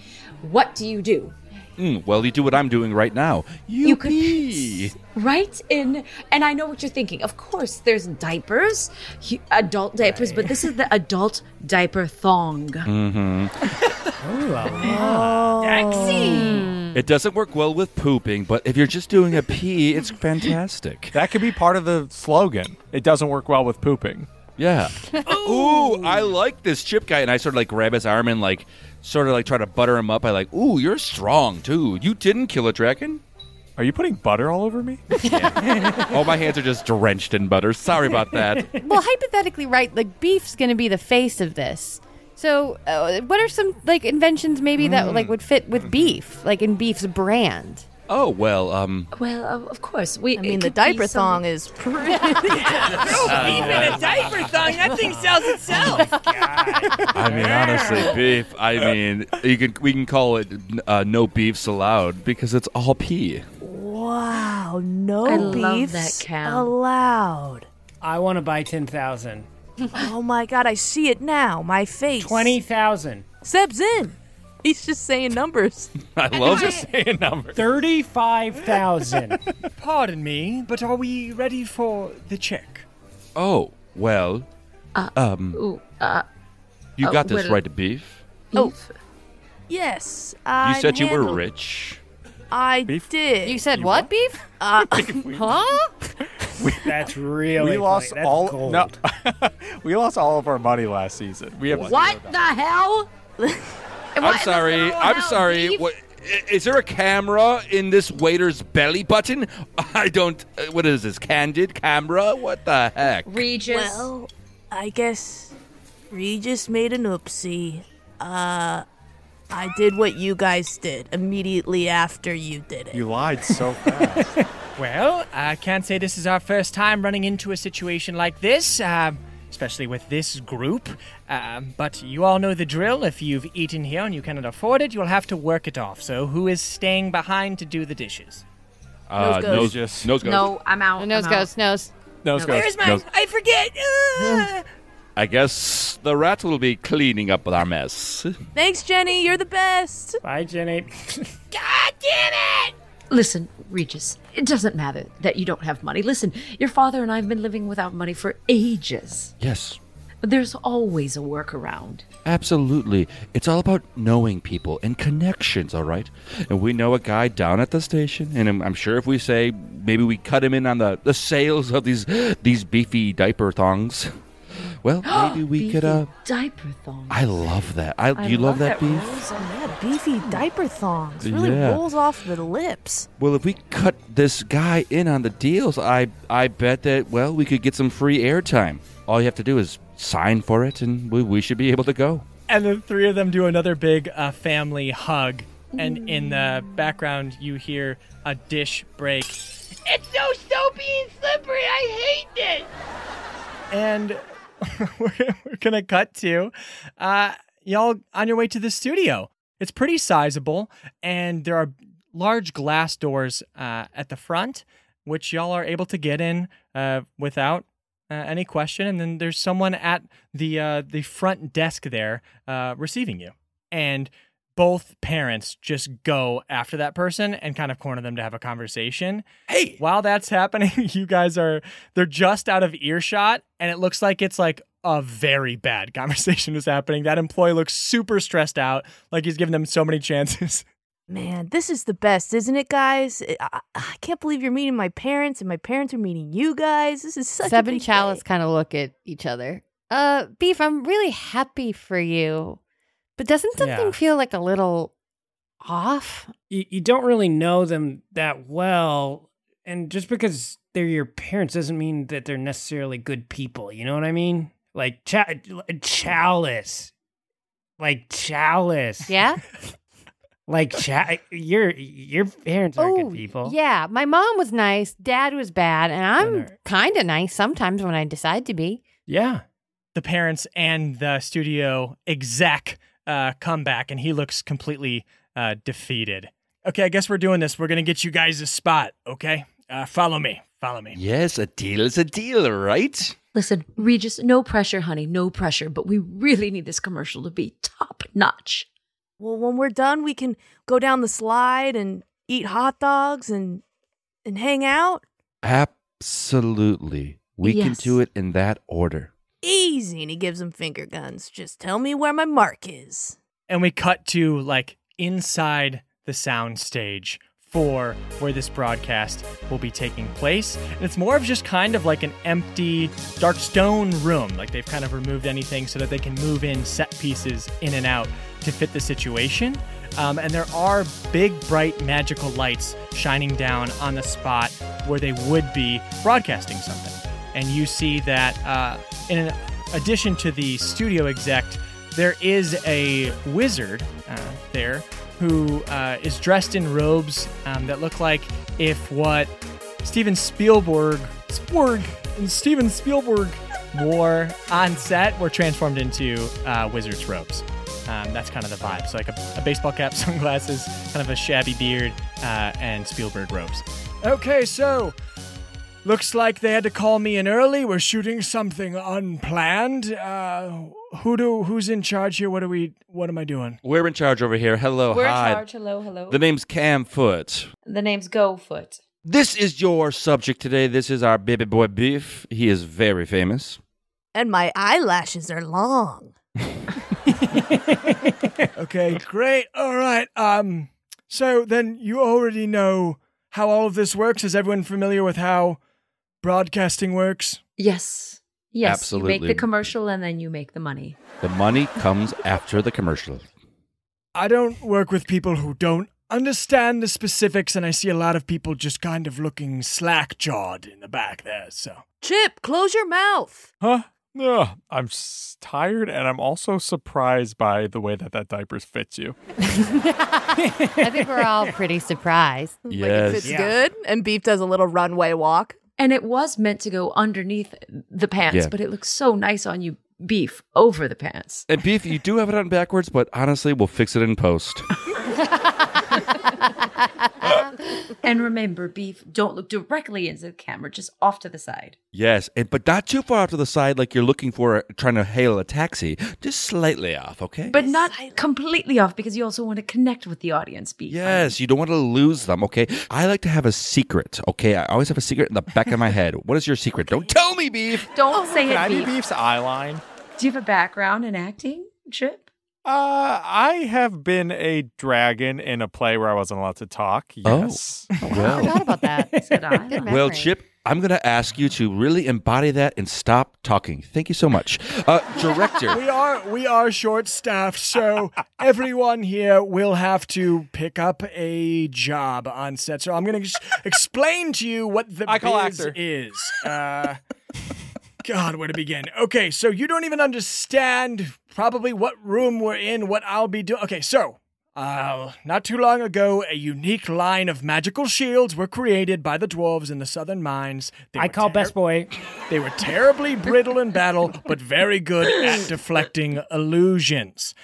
S2: What do you do?
S4: Mm, well, you do what I'm doing right now. You
S2: could piss right in, and I know what you're thinking. Of course, there's diapers, hu- adult diapers, but this is the adult diaper thong.
S4: Mm-hmm.
S2: Oh, Hmm.
S4: It doesn't work well with pooping, but if you're just doing a pee, it's fantastic.
S8: That could be part of the slogan. It doesn't work well with pooping.
S4: Yeah. Ooh, I like this chip guy, and I sort of like grab his arm and like sort of like try to butter him up. I like, ooh, you're strong too. You didn't kill a dragon.
S8: Are you putting butter all over me?
S4: All my hands are just drenched in butter. Sorry about that.
S7: well, hypothetically, right? Like beef's going to be the face of this. So, uh, what are some like inventions maybe that like would fit
S9: Mm-hmm.
S7: with beef, like in beef's brand?
S4: Oh well, um.
S2: Well, of- of course. We.
S5: I mean, the diaper thong is pretty.
S10: Beef in a diaper thong. That thing sells itself.
S4: I mean, honestly, beef. I mean, you can we can call it uh, no beefs allowed because it's all pee.
S5: wow, no
S9: I love
S5: beefs
S9: that cow.
S5: allowed.
S9: I want to buy 10,000.
S5: oh my god, I see it now. My face.
S9: 20,000.
S5: Seb's in. He's just saying numbers.
S4: I
S9: love it.
S8: saying numbers.
S9: 35,000.
S3: Pardon me, but are we ready for the check?
S4: Oh, well.
S2: Uh,
S4: um,
S2: Ooh, uh,
S4: you
S2: uh,
S4: got this
S2: well-
S4: right, Beef.
S5: Oh. Yes. I
S4: you said you were
S5: handled-
S4: rich.
S5: I
S4: Beef?
S5: did. You
S7: said
S5: what,
S7: beef?
S5: Uh,
S7: huh?
S9: That's really
S8: we lost
S9: funny. That's
S8: all
S9: gold.
S8: no, we lost all of our money last season. We have
S2: What the hell?
S4: I'm sorry. I'm sorry. What, i- is there a camera in this waiter's belly button? I don't. uh, What is this? Candid camera? What the heck?
S2: Regis.
S5: Well, I guess Regis made an oopsie. Uh, I did what you guys did immediately after you did it.
S8: You lied so fast.
S3: Well, I can't say this is our first time running into a situation like this, um, especially with this group. Um, but you all know the drill. If you've eaten here and you cannot afford it, you'll have to work it off. So, who is staying behind to do the dishes?
S4: Uh,
S3: Nose goes.
S4: nose, nose goes.
S2: No, I'm out.
S7: Nose
S2: I'm
S7: goes, nose.
S8: Nose
S2: Where's
S4: my- Nose.
S2: I forget.
S4: I guess the rat will be cleaning up our mess.
S5: Thanks, Jenny. You're the best.
S9: Bye, Jenny.
S2: Listen, Regis, it doesn't matter that you don't have money. Listen, your father and I have been living without money for ages.
S4: Yes,
S2: But there's always a workaround.
S4: absolutely. It's all about knowing people and connections, all right? And we know a guy down at the station, and I'm, I'm sure if we say maybe we cut him in on the, the sales of these these beefy diaper thongs, well, maybe we could. uh
S2: Diaper thong.
S4: I love that. I, do you love, that, beef?
S5: Yeah, beefy diaper thongs. Really
S4: Yeah.
S5: rolls off the lips.
S4: Well, if we cut this guy in on the deals, I I bet that well we could get some free airtime. All you have to do is sign for it, and we, we should be able to go.
S3: And the three of them do another big uh, family hug. And in the background, you hear a dish break.
S10: It's so soapy and slippery. I hate this.
S3: And we're, we're going to cut to uh, y'all on your way to the studio. It's pretty sizable, and there are large glass doors uh, at the front, which y'all are able to get in uh, without. Uh, any question, and then there's someone at the uh, the front desk there uh, receiving you, and both parents just go after that person and kind of corner them to have a conversation.
S4: Hey,
S3: while that's happening, you guys are they're just out of earshot, and it looks like it's like a very bad conversation is happening. That employee looks super stressed out, like he's given them so many chances.
S5: Man, this is the best, isn't it, guys? I- I, I can't believe you're meeting my parents, and my parents are meeting you guys. This is such
S7: Seb
S5: a
S7: and
S5: big
S7: Chalice kind of look at each other. Uh, Beef, I'm really happy for you, but doesn't something
S9: Yeah.
S7: feel like a little off?
S9: you, you don't really know them that well. And just because they're your parents doesn't mean that they're necessarily good people. You know what I mean? Like cha- chalice. Like chalice.
S7: Yeah.
S9: Like cha- your your parents are good people.
S7: Oh, Yeah, my mom was nice, dad was bad, and I'm kind of nice sometimes when I decide to be.
S9: Yeah.
S3: The parents and the studio exec uh, come back, and he looks completely uh, defeated. Okay, I guess we're doing this. We're gonna get you guys a spot. Okay, uh, follow me. Follow me.
S4: Yes, a deal is a deal, right?
S2: Listen, Regis, no pressure, honey, no pressure, but we really need this commercial to be top notch.
S5: Well, when we're done, we can go down the slide and eat hot dogs and and hang out.
S4: Absolutely, we can
S5: Yes.
S4: do it in that order.
S5: Easy. And he gives him finger guns. Just tell me where my mark is.
S3: and we cut to like inside the sound stage for where this broadcast will be taking place and it's more of just kind of like an empty dark stone room like they've kind of removed anything so that they can move in set pieces in and out to fit the situation um, and there are big bright magical lights shining down on the spot where they would be broadcasting something and you see that uh, in addition to the studio exec, there is a wizard uh, there who uh, is dressed in robes um, that look like if what Steven Spielberg, Spielberg, and Steven Spielberg wore on set were transformed into uh, wizard's robes. Um, that's kind of the vibe. So like a, a baseball cap, sunglasses, kind of a shabby beard, uh, and Spielberg robes. Okay, so Looks like they had to call me in early. We're shooting something unplanned. Uh, who do who's in charge here? What are we? What am I doing?
S4: We're in charge over here. Hello,
S2: We're in
S4: hi.
S2: charge. Hello, hello.
S4: The name's Camfoot.
S2: The name's Go Foot.
S4: This is your subject today. This is our baby boy Beef. He is very famous.
S5: And my eyelashes are long.
S14: okay, great. All right. Um, so then you already know how all of this works. Is everyone familiar with how broadcasting works?
S2: Yes. Yes. You make
S4: Absolutely.
S2: the commercial and then you make the money.
S4: The money comes after the commercial.
S14: I don't work with people who don't understand the specifics, and I see a lot of people just kind of looking slack jawed in the back there. So,
S5: Chip, close your mouth.
S8: Huh? Ugh, I'm s- tired and I'm also surprised by the way that that diapers fits you.
S7: I think we're all pretty surprised.
S8: Yes.
S5: It's good. And Beef does a little runway walk.
S2: And it was meant to go underneath the pants,
S4: Yeah.
S2: but it looks so nice on you, beef, over the pants.
S4: And Beef, you do have it on backwards, but honestly, we'll fix it in post.
S2: and remember, beef, don't look directly into the camera, just off to the side.
S4: Yes, and, but not too far off to the side like you're looking for, trying to hail a taxi. Just slightly off, okay?
S2: But not completely off because you also want to connect with the audience, beef.
S4: Yes, you don't want to lose them, okay? I like to have a secret, okay? I always have a secret in the back of my head. What is your secret? Don't tell me, beef.
S2: Don't
S5: Oh,
S2: say
S8: Can
S2: it,
S8: I be
S2: beef.
S8: Beef's eyeline?
S2: Do you have a background in acting, Chip?
S8: Uh, I have been a dragon in a play where I wasn't allowed to talk. Yes.
S4: Well,
S7: about that.
S4: well, Chip, I'm going to ask you to really embody that and stop talking. Thank you so much. Uh,
S14: we
S4: director.
S14: are we are short staffed, so everyone here will have to pick up a job on set. So I'm going to just explain to you what the
S8: I call
S14: biz
S8: actor.
S14: is. Uh, God, where to begin? Okay, so you don't even understand probably what room we're in, what I'll be doing. Okay, so. Uh, not too long ago, a unique line of magical shields were created by the dwarves in the southern mines. I call Best
S9: Boy.
S14: They were terribly brittle in battle, but very good at deflecting illusions.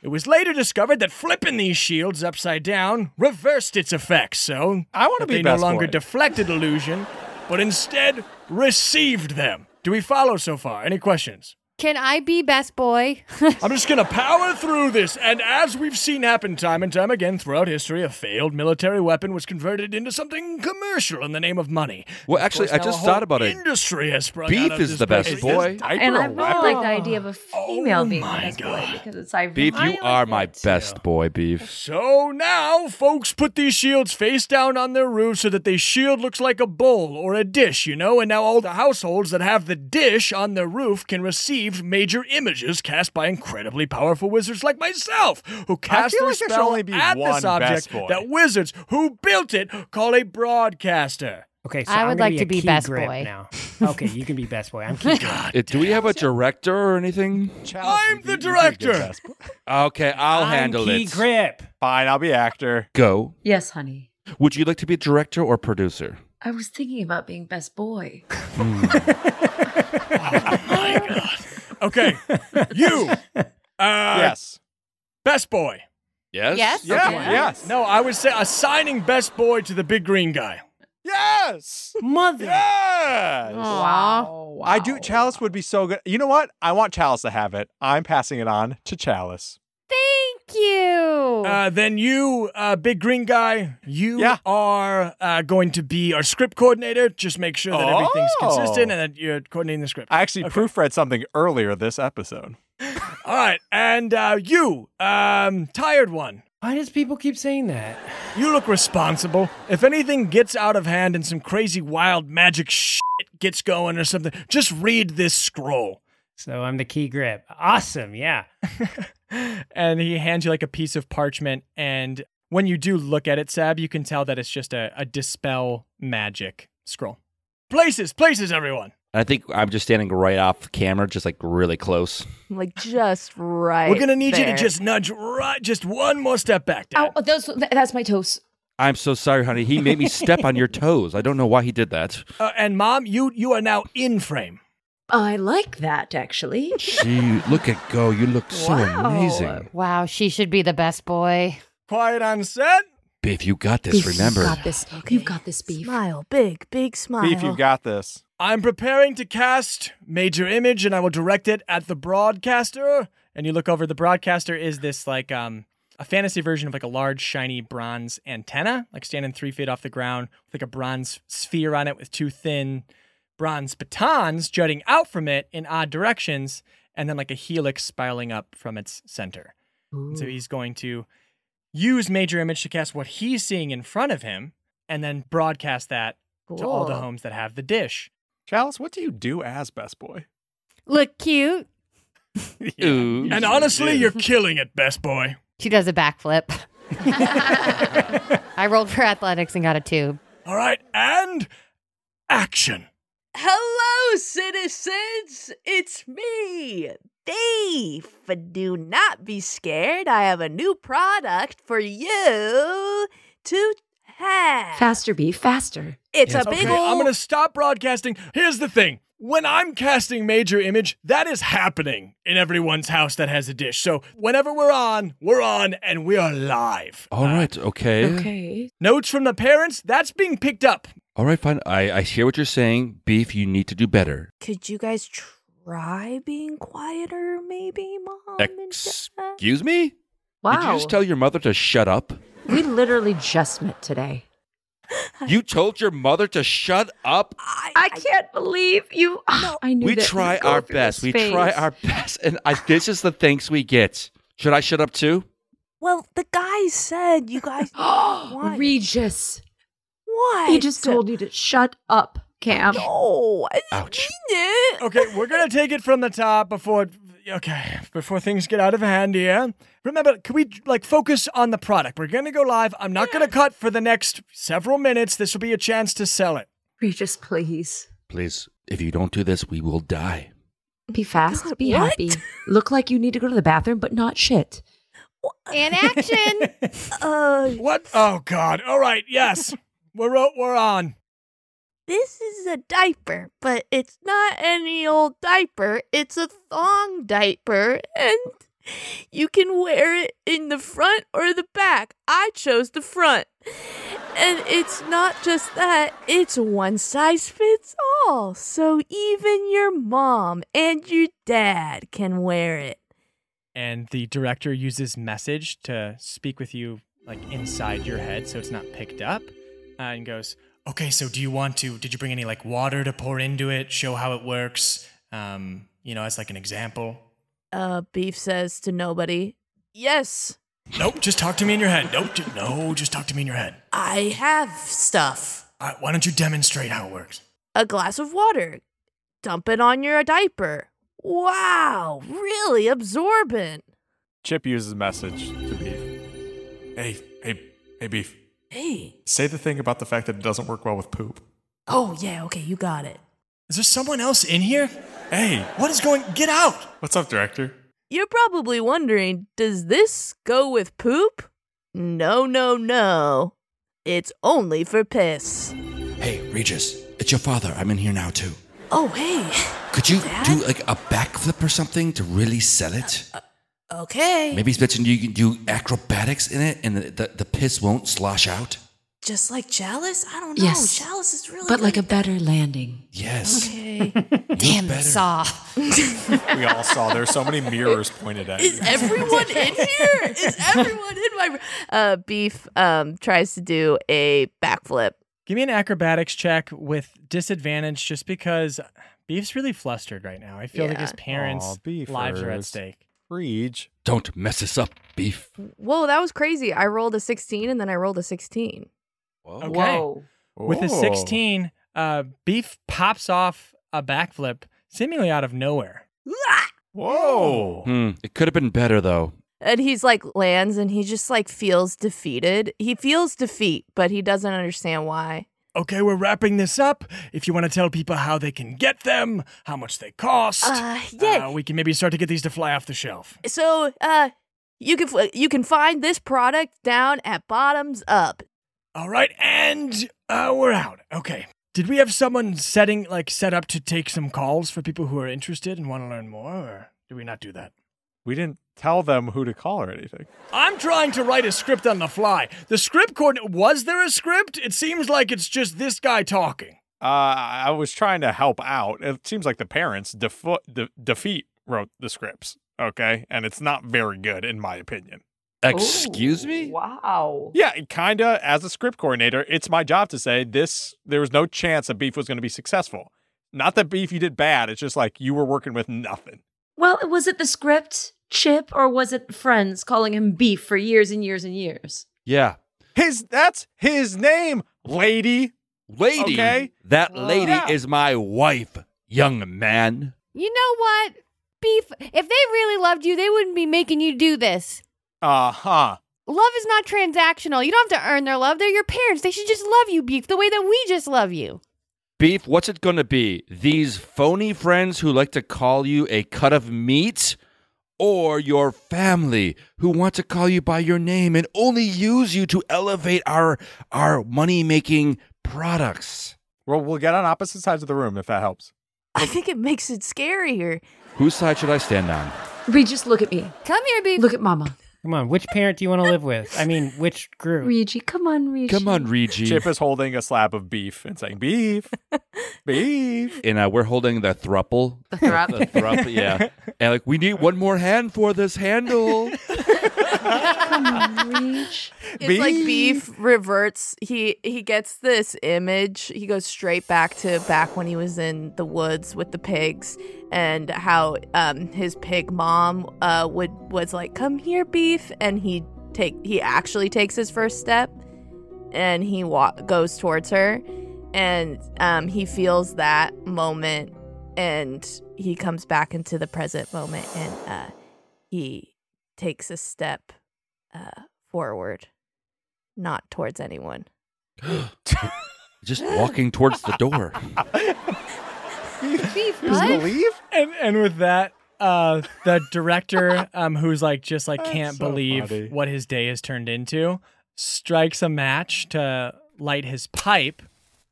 S14: It was later discovered that flipping these shields upside down reversed its effects, so I want
S8: be
S14: they
S8: Best
S14: no longer
S8: Boy.
S14: deflected illusion, but instead received them. Do we follow so far? Any questions?
S7: Can I be best boy?
S14: I'm just gonna power through this, and as we've seen happen time and time again throughout history, a failed military weapon was converted into something commercial in the name of money.
S4: Well,
S14: Of
S4: actually,
S14: course,
S4: I
S14: now
S4: just
S14: a whole
S4: thought about it.
S14: Industry has sprung
S4: Beef
S14: out of
S4: is
S14: this
S4: the best
S14: place.
S4: boy.
S2: and
S14: Is
S2: I
S14: diaper a
S2: really like the
S14: weapon?
S2: idea of a female being the best boy because it's ironic.
S4: Beef, you are my best boy, Beef.
S14: So now, folks put these shields face down on their roofs so that the shield looks like a bowl or a dish, you know? And now all the households that have the dish on their roof can receive major images cast by incredibly powerful wizards like myself, who cast
S8: feel
S14: their
S8: like there should
S14: spell
S8: only be
S14: at
S8: one
S14: this
S8: best
S14: object
S8: boy.
S14: that wizards who built it call a broadcaster.
S9: Okay, so
S7: I
S9: I'm
S7: would
S9: gonna
S7: like to
S9: a
S7: be
S9: key
S7: best
S9: grip
S7: boy.
S9: now. Okay, you can be best boy. I'm key grip.
S4: Uh, Do we have a director or anything?
S14: I'm the director.
S4: Okay, I'll
S9: I'm
S4: handle
S9: key
S4: it.
S9: grip.
S8: Fine, I'll be actor.
S4: Go.
S2: Yes, honey.
S4: Would you like to be a director or producer?
S2: I was thinking about being best boy.
S14: Oh, Okay, you. Uh,
S8: yes.
S14: Best boy.
S4: Yes.
S7: Yes?
S14: Yeah,
S7: Okay.
S8: yes.
S14: No, I would say assigning best boy to the big green guy.
S8: Yes.
S9: Mother.
S8: Yes. I do. Chalice would be so good. You know what? I want Chalice to have it. I'm passing it on to Chalice.
S7: Thank you.
S14: Uh, then you, uh, big green guy, you
S8: Yeah.
S14: are uh, going to be our script coordinator. Just make sure that everything's
S8: Oh.
S14: consistent and that you're coordinating the script.
S8: I actually proofread something earlier this episode.
S14: All right, and uh, you, um, tired one,
S9: Why does people keep saying that?
S14: you look responsible. If anything gets out of hand and some crazy wild magic shit gets going or something, just read this scroll.
S9: So I'm the key grip. Awesome. Yeah.
S14: and he hands you like a piece of parchment and when you do look at it sab you can tell that it's just a, a dispel magic scroll places places everyone
S4: I think I'm just standing right off camera, just like really close.
S5: Like just right.
S14: we're gonna need you
S5: there.
S14: to just nudge right just one more step back Dad.
S2: Ow, Oh, those, th- that's my toes.
S4: I'm so sorry, honey. He made me step on your toes. I don't know why he did that.
S14: Uh, and mom you you are now in frame
S2: I like that, actually.
S4: Gee, look at go. You look so amazing.
S7: Wow, she should be the best boy.
S14: quiet on set
S4: Biff, you got this,
S2: Beef,
S4: remember.
S2: You've got this. You've got this, beef.
S5: Smile. Big, big smile.
S8: Beef, you've got this.
S14: i'm preparing to cast major image and i will direct it at the broadcaster and you look over the broadcaster is this like um
S3: a fantasy version of like a large, shiny bronze antenna, like standing three feet off the ground with like a bronze sphere on it with two thin bronze batons jutting out from it in odd directions, and then like a helix spiraling up from its center. And so
S15: Ooh.
S3: he's going to use major image to cast what he's seeing in front of him and then broadcast that to all the
S7: Cool.
S3: homes that have the dish.
S8: Chalice, what do you do as best boy?
S7: Look cute.
S4: Ooh.
S3: And honestly, you're killing it, best boy.
S7: She does a backflip. I rolled for athletics and got a two.
S3: All right, and action.
S5: Hello, citizens! It's me, Thief! But do not be scared. I have a new product for you to have.
S2: Faster, B, faster.
S5: It's a big
S3: Okay, I'm
S5: ol'
S3: going to stop broadcasting. Here's the thing. When I'm casting major image, that is happening in everyone's house that has a dish. So whenever we're on, we're on and we are live.
S4: All right. Okay.
S3: Notes from the parents, that's being picked up.
S4: All right. Fine. I, I hear what you're saying. Beef, you need to do better.
S5: Could you guys try being quieter, maybe, Mom?
S4: Excuse me? Did you
S2: Wow.
S4: just tell your mother to shut up?
S2: We literally just met today.
S4: You told your mother to shut up?
S2: I, can't believe you. Ah, I knew
S4: we
S2: that
S4: try
S2: you'd go
S4: our
S2: through
S4: best. We
S2: this
S4: try
S2: phase.
S4: our best. And I, this is the thanks we get. Should I shut up too?
S5: Well, the guy said you guys. Why?
S2: Regis.
S5: What?
S2: He just told you to shut up, Cam.
S5: No.
S4: Ouch.
S3: Okay, we're going to take it from the top before okay, before things get out of hand here. Remember, can we like focus on the product? We're going to go live. I'm not going to cut for the next several minutes. This will be a chance to sell it.
S2: Regis, please.
S4: Please, if you don't do this, we will die.
S2: Be fast, be
S5: what?
S2: happy. Look like you need to go to the bathroom, but not shit.
S7: In action.
S5: Uh,
S3: What? Oh god. All right. Yes. we're o- we're on.
S5: This is a diaper, but it's not any old diaper. It's a thong diaper, and you can wear it in the front or the back. I chose the front. And it's not just that, it's one size fits all. So even your mom and your dad can wear it.
S3: and the director uses message to speak with you like inside your head so it's not picked up uh, and goes okay so do you want to did you bring any like water to pour into it show how it works um you know as like an example
S5: Uh, Beef says to nobody, Yes,
S3: nope just talk to me in your head nope ju- no just talk to me in your head
S5: I have stuff.
S3: all right why don't you demonstrate how it works
S5: a glass of water. Dump it on your diaper. Wow, really absorbent.
S8: Chip uses message to Beef. Hey, hey, hey, Beef.
S5: Hey.
S8: Say the thing about the fact that it doesn't work well with poop.
S5: Oh, yeah, okay, you got it.
S3: is there someone else in here
S8: Hey,
S3: what is going get out
S8: what's up, director?
S5: You're probably wondering does this go with poop? No, no, no. It's only for piss.
S4: Hey, Regis, it's your father. I'm in here now too.
S5: Oh, hey.
S4: Could you do like a backflip or something to really sell it?
S5: Okay.
S4: Maybe he's mentioned you can do acrobatics in it and the, the, the piss won't slosh out.
S5: Just like Chalice? I don't
S15: Yes.
S5: Chalice is really.
S15: But like a better landing.
S4: Yes.
S5: Okay.
S15: Damn,
S4: better.
S15: saw.
S8: We all saw there's so many mirrors pointed at you.
S5: everyone in here? Is everyone in my. Uh, Beef um, tries to do a backflip.
S3: give me an acrobatics check with disadvantage just because beef's really flustered right now i feel like his
S5: Yeah.
S3: parents
S8: Aw,
S3: lives are at
S8: beefers.
S3: stake
S8: Reach.
S4: Don't mess us up, beef.
S5: Whoa, that was crazy. I rolled a 16 and then I rolled a 16.
S3: Okay. With a
S8: Oh.
S3: 16, uh, Beef pops off a backflip seemingly out of nowhere.
S8: Whoa.
S4: Hmm. It could have been better though.
S5: And he's like lands and he just like feels defeated. He feels defeat, but he doesn't understand why.
S3: Okay, we're wrapping this up. If you want to tell people how they can get them, how much they cost,
S5: Uh, yeah.
S3: uh, we can maybe start to get these to fly off the shelf.
S5: So, uh you can f- you can find this product down at Bottoms Up.
S3: All right, and uh, we're out. Okay. Did we have someone setting like set up to take some calls for people who are interested and want to learn more, or did we not do that?
S8: We didn't tell them who to call or anything.
S3: I'm trying to write a script on the fly. The script coordinate was there a script? It seems like it's just this guy talking.
S8: Uh, I was trying to help out. It seems like the parents defo- de- defeat wrote the scripts. Okay, and it's not very good in my opinion.
S4: Excuse me?
S2: Wow.
S8: Yeah, kinda. As a script coordinator, it's my job to say this. There was no chance that Beef was going to be successful. Not that Beef you did bad. It's just like you were working with nothing.
S2: Well, was it the script, Chip, or was it friends calling him beef for years and years and years?
S4: Yeah.
S8: His that's his name, lady.
S4: Lady.
S8: Okay.
S4: That
S7: Wow.
S4: lady
S7: Yeah.
S4: is my wife, young man.
S7: You know what? Beef, if they really loved you, they wouldn't be making you do this.
S8: Uh huh.
S7: Love is not transactional. You don't have to earn their love. They're your parents. They should just love you, Beef, the way that we just love you.
S4: Beef, what's it going to be? These phony friends who like to call you a cut of meat or your family who want to call you by your name and only use you to elevate our our money-making products.
S8: Well, we'll get on opposite sides of the room if that helps.
S5: I think it makes it scarier.
S4: Whose side should I stand on?
S2: Reed, just look at me.
S7: Come here, Beef.
S2: Look at Mama.
S9: Come on, which parent do you want to live with? I mean, which group?
S2: Reggie, come on, Reggie.
S4: Reggie.
S8: Chip is holding a slab of beef and saying, "Beef, beef."
S4: And uh, we're holding the thruple. The
S7: thrup.
S4: the thrup, yeah. And like we need one more hand for this handle.
S2: Come on, Reach.
S5: It's like beef reverts. He he gets this image. He goes straight back to back when he was in the woods with the pigs and how um his pig mom uh would was like come here beef and he take he actually takes his first step and he wa- goes towards her and um he feels that moment and he comes back into the present moment and uh he takes a step uh forward not towards anyone
S4: Just walking towards the door.
S7: Beef,
S3: what?
S8: believe?
S3: And and with that, uh, the director, um, who's like just like can't
S8: so
S3: believe
S8: funny.
S3: what his day has turned into, strikes a match to light his pipe,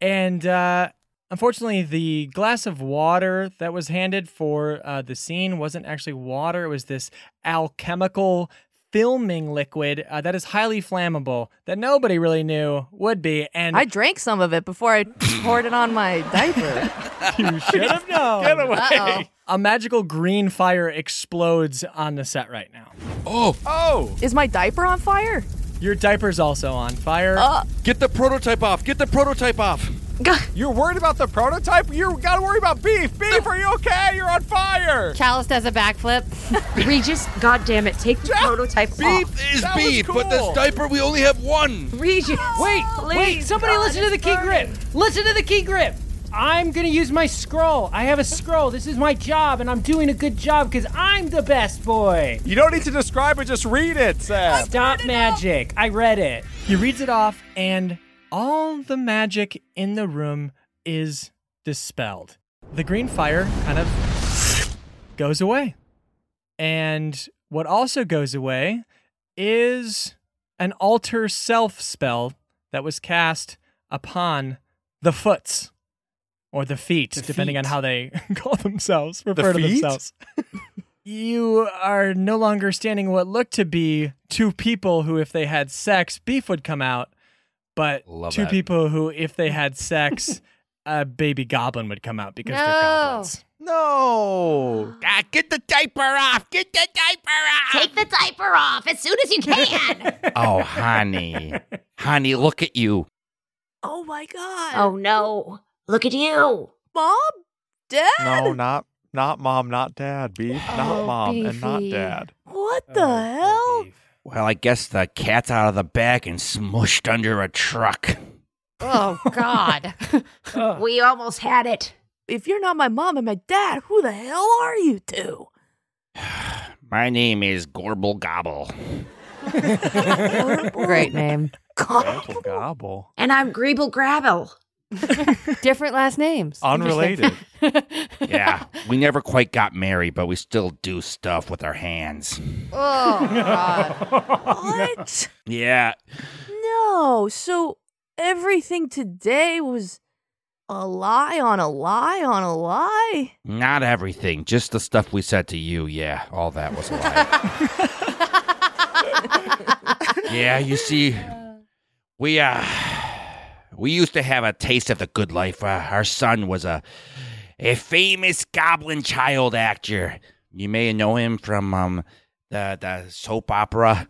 S3: and uh, unfortunately, the glass of water that was handed for uh, the scene wasn't actually water; it was this alchemical. Filming liquid uh, that is highly flammable that nobody really knew would be, and
S5: I drank some of it before I poured it on my diaper.
S3: You should have known.
S5: Get away. Uh-oh.
S3: A magical green fire explodes on the set right now.
S4: Oh.
S8: Oh.
S5: Is my diaper on fire?
S3: Your diaper's also on fire.
S5: Uh.
S4: Get the prototype off. Get the prototype off.
S8: You're worried about the prototype? You gotta worry about beef. Beef, are you okay? You're on fire.
S7: Chalice does a backflip.
S2: Regis, goddamn it, take the prototype
S4: Beef
S2: off.
S4: is beef, but this diaper we only have one.
S2: Regis,
S9: Wait, wait,
S2: Oh, please,
S9: somebody
S2: God,
S9: listen to the
S2: it's
S9: key
S2: burning.
S9: grip. Listen to the key grip. I'm going to use my scroll. I have a scroll. This is my job, and I'm doing a good job because I'm the best boy.
S8: You don't need to describe it. Just read it, Seth.
S9: Stop magic. I read it.
S3: He reads it off, and all the magic in the room is dispelled. The green fire kind of goes away. And what also goes away is an alter self spell that was cast upon the foots or the feet,
S9: The
S3: depending on
S9: feet.
S3: how they call themselves, refer to
S8: feet?
S3: themselves. You are no longer standing what looked to be two people who, if they had sex, beef would come out. But
S4: Love
S3: two
S4: that.
S3: people who, if they had sex, a baby goblin would come out because they're goblins.
S8: No.
S4: Ah, get the diaper off. Get the diaper
S16: Take the diaper off as soon as you can.
S4: off. oh, honey. honey, look at you.
S5: Oh my god.
S16: oh no. Look at you.
S5: Mom? Dad?
S8: No, not not mom, not dad. Beef,
S3: Oh,
S8: not mom, and not
S5: beefy.
S8: dad.
S5: What the hell?
S4: Well, I guess the cat's out of the bag and smushed under a truck.
S7: Oh, God.
S16: We almost had it.
S5: If you're not my mom and my dad, who the hell are you two?
S4: My name is Gorble Gobble.
S7: Great name.
S8: Gobble, gobble.
S2: And I'm Greeble Grabble.
S7: Different last names.
S8: Unrelated.
S4: Yeah, we never quite got married, but we still do stuff with our hands.
S7: Oh, God.
S5: What?
S4: Yeah.
S5: no. So everything today was a lie on a lie on a lie?
S4: Not everything, just the stuff we said to you. Yeah, all that was a lie. yeah, you see, we uh, we used to have a taste of the good life. Uh, our son was a a famous goblin child actor. You may know him from um the the soap opera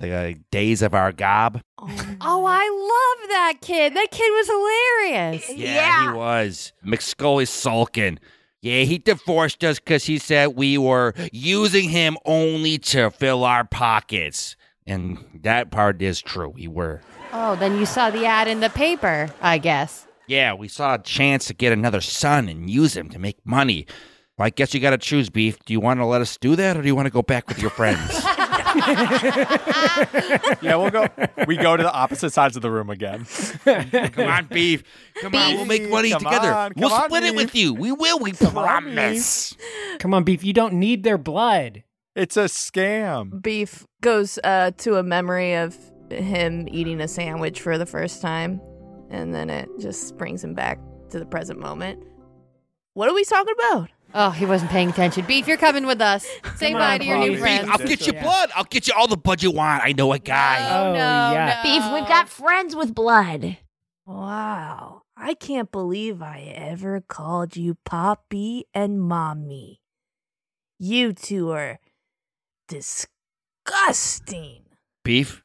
S4: the uh, Days of Our Gob.
S7: Oh, I love that kid. That kid was hilarious.
S4: he was. McScully sulking. Yeah, he divorced us because he said we were using him only to fill our pockets. And that part is true. We were.
S7: Oh, then you saw the ad in the paper, I guess.
S4: Yeah, we saw a chance to get another son and use him to make money. Well, I guess you got to choose, Beef. Do you want to let us do that or do you want to go back with your friends?
S8: yeah, we'll go. We go to the opposite sides of the room again.
S4: come on, Beef. Come on, we'll make money
S8: Come
S4: together.
S8: on,
S4: we'll
S8: come on,
S4: split it
S8: Beef.
S4: with you. We will. We promise.
S9: Come on, Beef. You don't need their blood.
S8: It's a scam.
S5: Beef goes uh, to a memory of him eating a sandwich for the first time, and then it just brings him back to the present moment. What are we talking about?
S7: Oh, he wasn't paying attention. Beef, you're coming with us. Say
S5: Come
S7: bye
S5: on,
S7: to your new
S5: Bobby.
S7: friends.
S4: I'll get you blood. I'll get you all the blood you want. I know a guy.
S7: Oh, no,
S4: yeah.
S5: Beef, we've got friends with blood. Wow. I can't believe I ever called you Poppy and Mommy. You two are disgusting.
S4: Beef,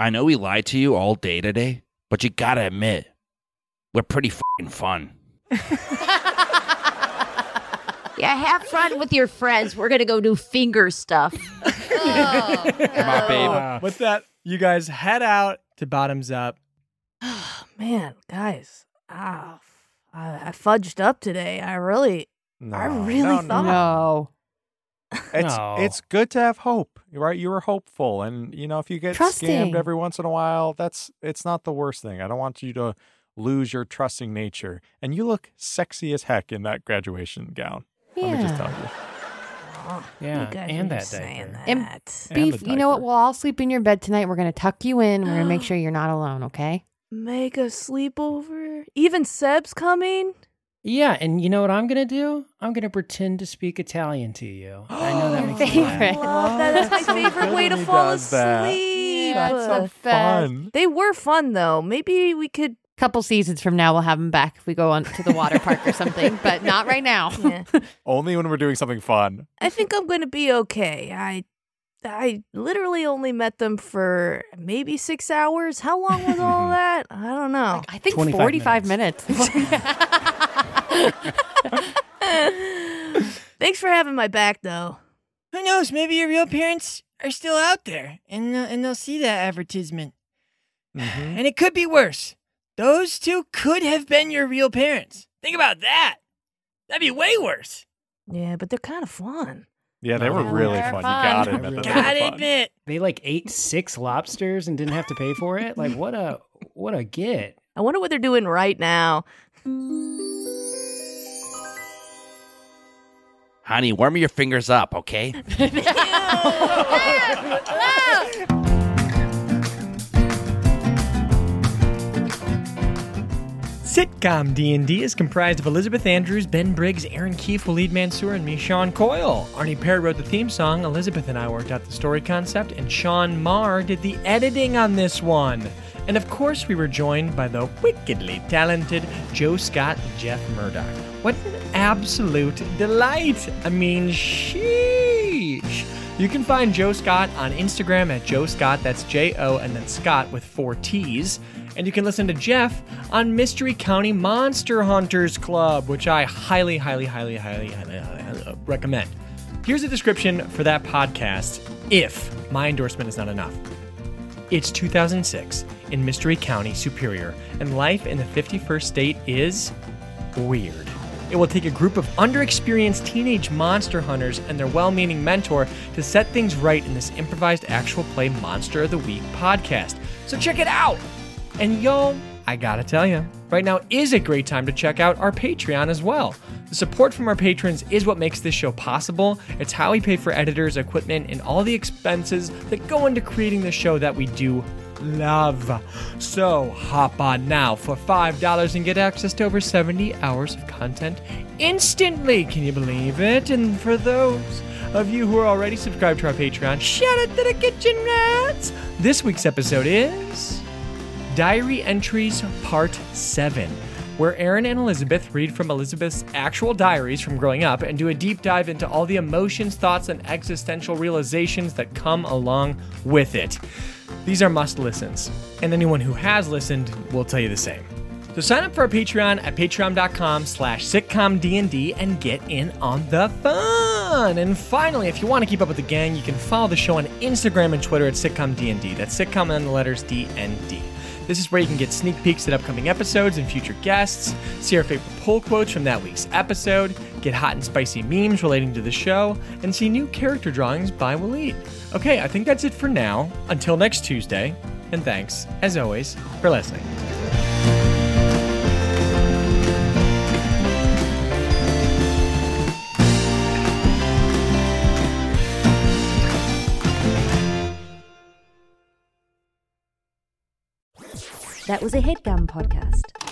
S4: I know we lied to you all day today, but you gotta admit, we're pretty fing fun.
S17: Yeah, have fun with your friends. We're gonna go do finger stuff. Oh.
S3: Come
S4: on, babe.
S3: Uh, With that, you guys head out to Bottoms Up.
S5: Man, guys, ah, f- I, I fudged up today. I really, I really
S8: no, no,
S5: thought.
S8: no. It's
S9: No.
S8: it's good to have hope, right? You were hopeful, and you know if you get
S5: Trusting.
S8: scammed every once in a while, that's it's not the worst thing. I don't want you to lose your trusting nature. And you look sexy as heck in that graduation gown. Let me just tell you.
S9: Yeah,
S5: guys
S9: and
S5: were
S9: that
S5: saying
S9: diaper.
S7: And
S8: And
S7: Beef,
S8: the
S7: you know what? We'll all sleep in your bed tonight. We're going to tuck you in. We're going to make sure you're not alone, okay?
S5: Make a sleepover. Even Seb's coming.
S9: Yeah, and you know what I'm gonna do? I'm gonna pretend to speak Italian to you. I know that makes you laugh.
S7: Favorite.
S4: Oh,
S5: Love that. Oh, That's my favorite way to
S9: he
S5: fall
S9: does that.
S5: asleep.
S7: Yeah, that's the best. Fun.
S5: They were fun though. Maybe we could.
S7: Couple seasons from now, we'll have him back if we go on to the water park or something, but not right now.
S8: Only when we're doing something fun.
S5: I
S7: Mm-hmm.
S5: think I'm gonna be okay. I, I literally only met them for maybe six hours. How long was all that? I don't know.
S7: I think 25 45 minutes.
S5: Thanks for having my back though.
S10: Who knows? Maybe your real parents are still out there, and they'll, and they'll see that advertisement. And it could be worse. Those two could have been your real parents. Think about that. That'd be way worse.
S5: Yeah, but they're kind of fun.
S8: Yeah, they
S9: No,
S8: were
S9: they
S8: really
S9: were
S8: fun. You
S9: fun.
S8: gotta
S9: They
S8: admit
S9: were really
S8: that. they were
S9: fun.
S8: fun.
S10: admit.
S9: They like ate six lobsters and didn't have to pay for it. Like what a what a get.
S5: I wonder what they're doing right now.
S4: Honey, warm your fingers up, okay?
S3: Sitcom D&D is comprised of Elizabeth Andrews, Ben Briggs, Aaron Keefe, Waleed Mansour, and me, Sean Coyle. Arnie Pear wrote the theme song, Elizabeth and I worked out the story concept, and Sean Marr did the editing on this one. And of course, we were joined by the wickedly talented Joe Scott and Jeff Murdoch. What an absolute delight! I mean, sheesh! You can find Joe Scott on Instagram at Joe Scott, that's J O and then Scott with four T's. And you can listen to Jeff on Mystery County Monster Hunters Club, which I highly, highly, highly, highly, highly, highly recommend. Here's a description for that podcast if my endorsement is not enough. It's 2006 in Mystery County, Superior, and life in the 51st state is weird. It will take a group of underexperienced teenage monster hunters and their well meaning mentor to set things right in this improvised actual play Monster of the Week podcast. So check it out! And yo, I gotta tell you, right now is a great time to check out our Patreon as well. The support from our patrons is what makes this show possible. It's how we pay for editors, equipment, and all the expenses that go into creating the show that we do love. So hop on now for $5 and get access to over 70 hours of content instantly. Can you believe it? And for those of you who are already subscribed to our Patreon, shout out to the Kitchen Rats! This week's episode is. Diary Entries Part 7. where Aaron and Elizabeth read from Elizabeth's actual diaries from growing up and do a deep dive into all the emotions, thoughts, and existential realizations that come along with it. These are must listens, and anyone who has listened will tell you the same. So sign up for our Patreon at patreon.com slash sitcomdnd and get in on the fun. And finally, if you want to keep up with the gang, you can follow the show on Instagram and Twitter at sitcomdnd. That's sitcom and the letters D and D. This is where you can get sneak peeks at upcoming episodes and future guests, see our favorite poll quotes from that week's episode, get hot and spicy memes relating to the show, and see new character drawings by Waleed. Okay, I think that's it for now. Until next Tuesday, and thanks, as always, for listening.
S18: That was a headgum podcast.